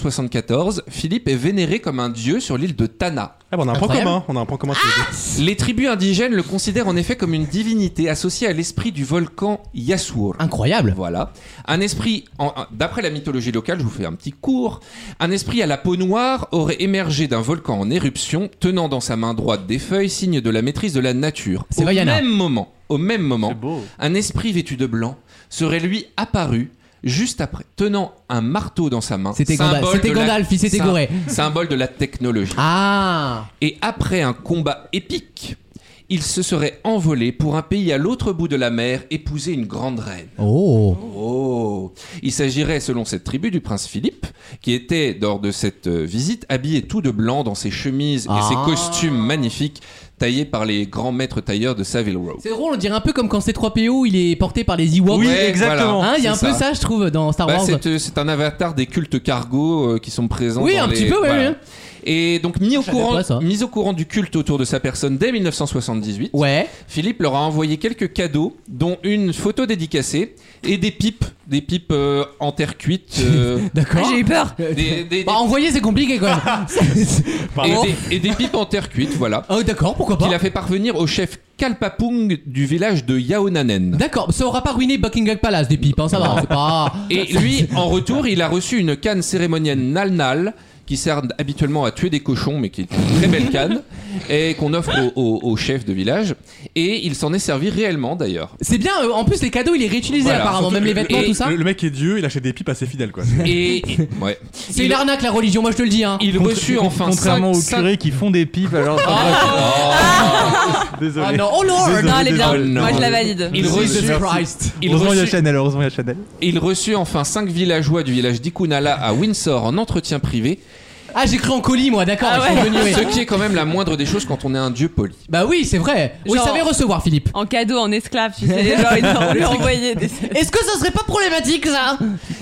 S3: 1974, Philippe est vénéré comme un dieu sur l'île de Tana.
S5: Ah bah on a un point
S3: Incroyable.
S5: commun, on a un point commun tous les deux.
S3: Les tribus indigènes le considèrent en effet comme une divinité associée à l'esprit du volcan Yasur.
S2: Incroyable.
S3: Voilà. Un esprit, en- en- d'après la mythologie locale, je vous fais un petit cours, un esprit à la peau noire aurait émergé d'un volcan en éruption, tenant dans sa main droite des feuilles, signe de la maîtrise de la nature.
S2: C'est
S3: au
S2: Vaiana.
S3: même moment, au même moment,
S7: beau.
S3: un esprit vêtu de blanc serait lui apparu juste après, tenant un marteau dans sa main.
S2: C'était
S3: symbole
S2: Gandalf- c'était
S3: de la-
S2: Gandalf, il s'était
S3: sym-
S2: gouré.
S3: Symbole de la technologie.
S2: Ah
S3: Et après un combat épique, il se serait envolé pour un pays à l'autre bout de la mer, épouser une grande reine.
S2: Oh
S3: Oh Il s'agirait, selon cette tribu, du prince Philippe, qui était, lors de cette euh, visite, habillé tout de blanc dans ses chemises et
S2: Ah.
S3: ses costumes magnifiques, taillés par les grands maîtres tailleurs de Savile Row.
S2: C'est drôle, on dirait un peu comme quand C3PO il est porté par les Ewoks.
S3: Oui,
S2: Ouais,
S3: exactement.
S2: Hein, Il y a un
S3: C'est
S2: peu
S3: ça.
S2: ça, je trouve, dans Star
S3: Bah,
S2: Wars.
S3: c'est, euh, c'est un avatar des cultes cargo euh, qui sont présents.
S2: Oui,
S3: dans
S2: un
S3: les-
S2: petit peu, ouais,
S3: voilà.
S2: ouais.
S3: Et donc mis au
S2: savais
S3: courant,
S2: pas ça.
S3: mis au courant du culte autour de sa personne dès 1978.
S2: Ouais.
S3: Philippe leur a envoyé quelques cadeaux, dont une photo dédicacée et des pipes, des pipes euh, en terre cuite. euh,
S2: D'accord.
S4: J'ai eu peur.
S3: des- des- des-
S2: Bah, envoyer, c'est compliqué quand même.
S3: et,
S2: Pardon.
S3: des, et des pipes en terre cuite, voilà.
S2: Ah, d'accord, pourquoi pas
S3: Qu'il a fait parvenir au chef Kalpapung du village de Yaonanen.
S2: D'accord, ça aura pas ruiné Buckingham Palace des pipes, hein, ça va, c'est pas.
S3: Et lui, en retour, il a reçu une canne cérémonielle nal-nal qui sert habituellement à tuer des cochons, mais qui est une très belle canne, et qu'on offre au, au- au chef de village. Et il s'en est servi réellement, d'ailleurs.
S2: C'est bien, euh, en plus les cadeaux il est réutilisé
S3: Voilà.
S2: apparemment,
S3: Surtout
S2: même les
S3: que le-
S2: vêtements,
S3: et
S2: tout ça.
S5: Le, le mec est Dieu, il achète des pipes à ses fidèles quoi.
S3: Et, et- ouais.
S2: C'est une arnaque la religion, moi je te le dis. Hein.
S3: Il reçut enfin
S7: Contrairement aux
S3: 5
S7: curés qui font des pipes, alors.
S3: Ah.
S2: Ah
S7: Désolé.
S2: non, oh lord
S7: Désolé,
S4: Non, elle est bien.
S7: désolé.
S4: Moi, je la valide.
S3: Il reçut,
S2: Jesus Christ.
S3: il
S7: heureusement, il y a
S3: reçut-
S7: Chanel, heureusement, il y a Chanel.
S3: il reçut enfin cinq villageois du village d'Ikunala à Windsor en entretien privé,
S2: Ah, j'ai cru en colis moi, d'accord,
S4: Ah
S2: je suis
S4: ouais.
S2: venu, oui.
S3: ce qui est quand même la moindre des choses quand on est un dieu poli.
S2: Bah oui, c'est vrai. Oui,
S4: Genre-
S2: savait recevoir Philippe.
S4: En cadeau, en esclave, tu sais, les gens, ils ont lui envoyé des.
S2: Est-ce que ça serait pas problématique ça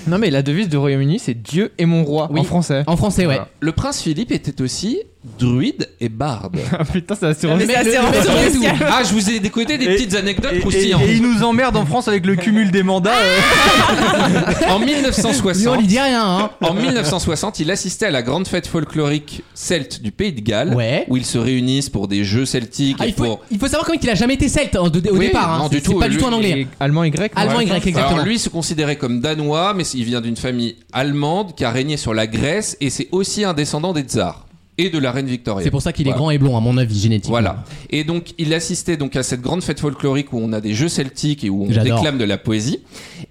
S8: Non, mais la devise du Royaume-Uni, c'est Dieu est mon roi
S2: Oui.
S8: en français.
S2: En français, ouais.
S3: Le prince Philippe était aussi druide et barde.
S2: bah,
S8: Ah putain, ça assurance.
S4: Mais ça, c'est en
S2: le-
S4: raison
S2: le-
S4: fiscale.
S3: Ah, je vous ai décoté des
S7: Et-
S3: petites anecdotes
S7: Et, et-
S3: croustillantes.
S7: et ils nous emmerdent en France avec le cumul des mandats. euh.
S2: Lui,
S3: En
S2: on lui
S3: 1960,
S2: dit rien, hein.
S3: en 1960, il assistait à la grande fête folklorique celte du Pays de Galles,
S2: Ouais.
S3: où ils se réunissent pour des jeux celtiques
S2: Ah,
S3: et
S2: il, faut,
S3: pour.
S2: il faut savoir quand même qu'il a jamais été celte en- de- au
S3: Oui,
S2: départ. hein.
S3: non, du
S2: C'est-
S3: tout,
S2: c'est pas du
S3: lui,
S2: tout en anglais.
S8: Et Allemand y grec.
S2: Allemand
S8: ouais.
S2: Y, exactement.
S3: Alors lui se considérait comme danois, mais il vient d'une famille allemande qui a régné sur la Grèce et c'est aussi un descendant des tsars et de la reine Victoria.
S2: C'est pour ça qu'il est
S3: Voilà.
S2: grand et blond, à mon avis, génétique.
S3: Voilà. Et donc, il assistait donc à cette grande fête folklorique où on a des jeux celtiques et où on
S2: J'adore.
S3: déclame de la poésie.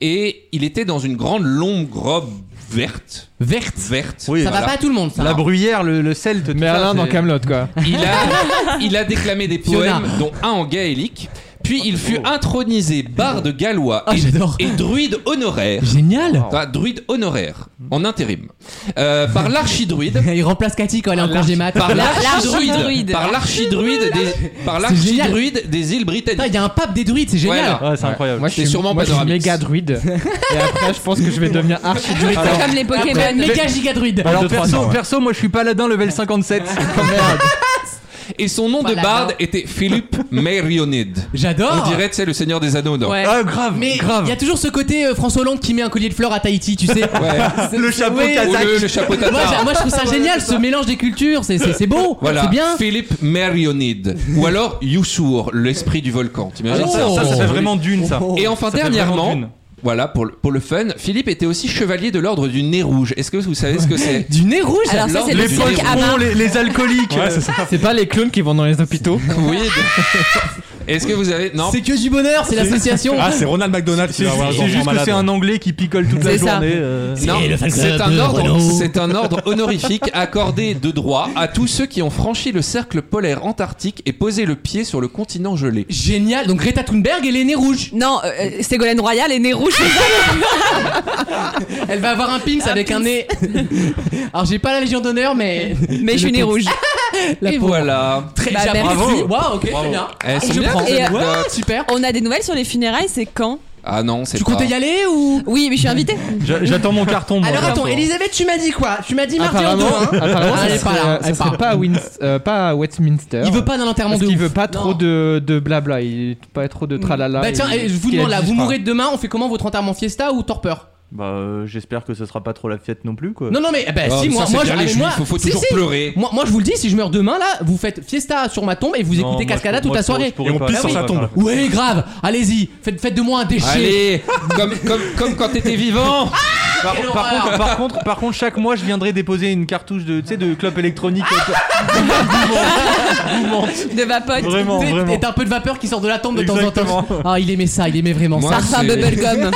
S3: Et il était dans une grande longue robe verte.
S2: Verte.
S3: Verte.
S7: Oui,
S2: Ça
S3: Voilà.
S2: va pas à tout le monde, ça.
S7: La bruyère, le, le celte. tout
S8: Merlin
S7: ça,
S8: dans
S7: c'est-
S8: Camelot quoi.
S3: Il a, il a déclamé des
S2: Fiona.
S3: poèmes, dont un en gaélique. Puis il fut
S2: Oh.
S3: intronisé barde gallois
S2: Ah,
S3: et-
S2: j'adore.
S3: et druide honoraire.
S2: Génial.
S3: Enfin, druide honoraire, en intérim, Euh, par l'archidruide.
S2: Il remplace Cathy quand elle est en congé mat.
S3: Par
S2: Là-
S3: l'archidruide,
S4: l'archidruide.
S3: par l'archidruide des, par
S2: C'est génial.
S3: l'archidruide des îles
S2: Putain,
S3: britanniques.
S2: il y a un pape des druides, c'est génial.
S3: Voilà.
S7: Ouais, Ah, c'est incroyable.
S8: Moi, je
S3: T'es
S8: suis
S3: sûrement
S8: moi,
S3: pas
S8: je suis
S3: dans la
S8: méga
S3: mix.
S8: druide. Et après, je pense que je vais devenir archi druide.
S4: C'est comme les
S2: Après,
S4: Pokémon.
S2: méga giga druide.
S7: Alors
S8: deux, trois
S7: perso,
S8: ans, ouais.
S7: perso, moi je suis paladin level 57.
S3: Et son nom de
S2: Paladin.
S3: barde était Philippe Merionide.
S2: J'adore.
S3: On dirait, tu sais, le Seigneur des Anneaux, non
S4: Ouais.
S7: Ah grave,
S2: Mais il
S7: grave.
S2: y a toujours ce côté euh, François Hollande qui met un collier de fleurs à Tahiti, tu sais.
S3: Ouais.
S7: Le chapeau
S12: Oh,
S2: Oui.
S3: Ou
S7: kazakh.
S3: le, le chapeau
S2: Moi,
S3: tatar.
S2: j'a- moi, je trouve ça génial ce mélange des cultures, c'est- c'est c'est beau,
S3: Voilà,
S2: c'est bien.
S3: Philippe Merionide. Ou alors Yussur, l'esprit du volcan. T'imagines
S2: Oh.
S7: Alors,
S3: ça
S7: Ah, ça, ça, ça fait vraiment dune ça.
S3: Et enfin,
S7: Oh. Ça fait vraiment
S3: dernièrement,
S7: dune.
S3: voilà, pour le, pour le fun, Philippe était aussi chevalier de l'ordre du nez rouge. Est-ce que vous savez ce que c'est
S2: Du nez rouge,
S4: Alors, ça,
S2: alors-
S4: c'est
S7: Les
S4: le cirque à
S7: poitrons,
S4: barbe.
S7: les, les alcooliques. euh,
S5: Ouais, c'est ça.
S8: C'est pas les clowns qui vont dans les hôpitaux.
S3: Oui. de- Est-ce que vous avez. Non,
S2: c'est que du bonheur, c'est l'association.
S5: Ah, c'est Ronald McDonald qui
S7: C'est
S5: va avoir un
S7: c'est
S5: enfant
S7: juste que
S5: malade.
S7: c'est un anglais qui picole toute la
S4: C'est ça.
S7: journée. euh.
S3: non,
S2: le fan
S3: c'est
S2: club
S3: un,
S2: de
S3: ordre-
S2: Renault.
S3: c'est un ordre honorifique accordé de droit à tous ceux qui ont franchi le cercle polaire antarctique et posé le pied sur le continent gelé.
S2: Génial. Donc Greta Thunberg, elle est nez rouge.
S4: Non, euh, euh, Ségolène Royal est née rouge.
S2: Elle va avoir un pins avec un nez. Alors j'ai pas la Légion d'honneur, mais
S4: Mais je suis née rouge.
S2: La
S3: et
S2: pauvre.
S3: voilà.
S2: Très
S4: Bah,
S2: j'apprécie.
S4: merci.
S2: Waouh, ok,
S3: Bravo.
S2: très bien. Ah,
S3: Elles sont
S2: Je
S3: Eh, bien,
S2: prends.
S3: ces
S4: Et, euh,
S3: anecdotes.
S2: Super.
S4: On a des nouvelles sur les funérailles, c'est quand
S3: Ah non, c'est
S2: Tu
S3: pas.
S2: comptais y aller ou
S4: Oui, mais je suis invitée.
S7: J'a- J'attends mon carton. moi.
S2: Alors attends, Elisabeth, tu m'as dit quoi Tu m'as dit mardi en deux.
S8: Apparemment,
S2: hein
S8: apparemment,
S2: Ah,
S8: ça
S2: elle est pas
S8: serait-
S2: là,
S8: ça
S2: elle est
S8: serait
S2: pas.
S8: pas à Wins- euh, pas à Westminster.
S2: Il veut pas d'un enterrement
S8: Parce
S2: de
S8: qu'il
S2: ouf.
S8: veut pas trop
S2: Non.
S8: de, de blabla, il pas trop de tralala.
S2: Bah tiens,
S8: il-
S2: eh, je vous
S8: qu'il
S2: demande là,
S8: exige
S2: vous
S8: pas.
S2: mourrez de demain, on fait comment votre enterrement fiesta ou torpeur
S12: Bah, euh, j'espère que ce sera pas trop la fête non plus, quoi.
S2: Non, non, mais
S3: Oh,
S2: eh ben, si, moi, moi, je- ah, mais moi- si, si. Moi, moi, je vous le dis, si je meurs demain, là, vous faites fiesta sur ma tombe et vous
S12: Non,
S2: écoutez
S12: moi,
S2: Cascada
S12: je pour- moi,
S2: toute la
S12: je
S2: soirée.
S12: pour- je Et on
S7: Ah
S12: pourrais pisse pas, sur
S2: sa
S12: sa tombe.
S2: Ouais, grave. Allez-y, faites, faites de moi un déchet.
S3: Allez, comme, comme, comme quand t'étais vivant.
S7: Par,
S2: Ah, Quelle
S7: par
S2: horreur.
S7: contre, par, contre, par contre, chaque mois, je viendrai déposer une cartouche de, tu sais, de clope électronique. euh,
S2: Ah,
S4: de vapote.
S7: Vraiment,
S2: Et-
S7: vraiment.
S2: Et t'as un peu de vapeur qui sort de la tombe de temps en temps.
S7: Exactement.
S2: Ah, il aimait ça, il aimait vraiment
S3: Moi,
S2: ça.
S3: Ça ressemble c'est- à bubblegum.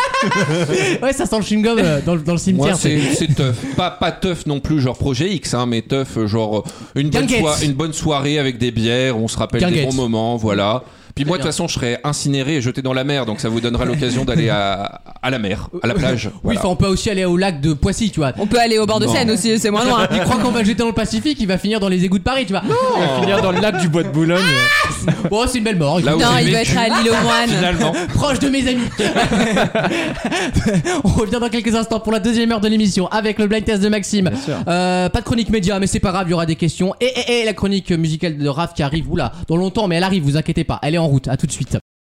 S2: ouais, ça sent le chewing-gum euh, dans, le- dans le
S3: Moi,
S2: cimetière.
S3: c'est c'est tough. Pas, pas tough non plus, genre projet X, hein, mais tough, euh, genre euh, une bonne,
S2: Guinguette.
S3: soi- une bonne soirée avec des bières, on se rappelle des
S2: Guinguette.
S3: bons moments, voilà. Puis moi, de
S2: bien.
S3: toute façon, je serais incinéré et jeté dans la mer, donc ça vous donnera l'occasion d'aller à, à la mer, à la plage.
S2: Euh, Oui,
S3: voilà.
S2: enfin, on peut aussi aller au lac de Poissy, tu vois.
S4: On peut aller au bord de
S3: Non.
S4: Seine aussi, c'est moins loin.
S2: Il croit qu'on va le jeter dans le Pacifique, il va finir dans les égouts de Paris, tu vois.
S8: On va finir dans le lac du bois de Boulogne.
S2: Bon, c'est une belle mort.
S8: Là où
S4: Non,
S8: j'ai
S4: il
S8: vécu.
S4: va être à l'île aux moines.
S8: Finalement.
S2: Proche de mes amis. On revient dans quelques instants pour la deuxième heure de l'émission avec le blind test de Maxime. Euh, pas de chronique média, mais c'est pas grave, il y aura des questions. Et, et, et la chronique musicale de Raph qui arrive, oula, dans longtemps, mais elle arrive, vous inquiétez pas, elle est en route. À tout de suite.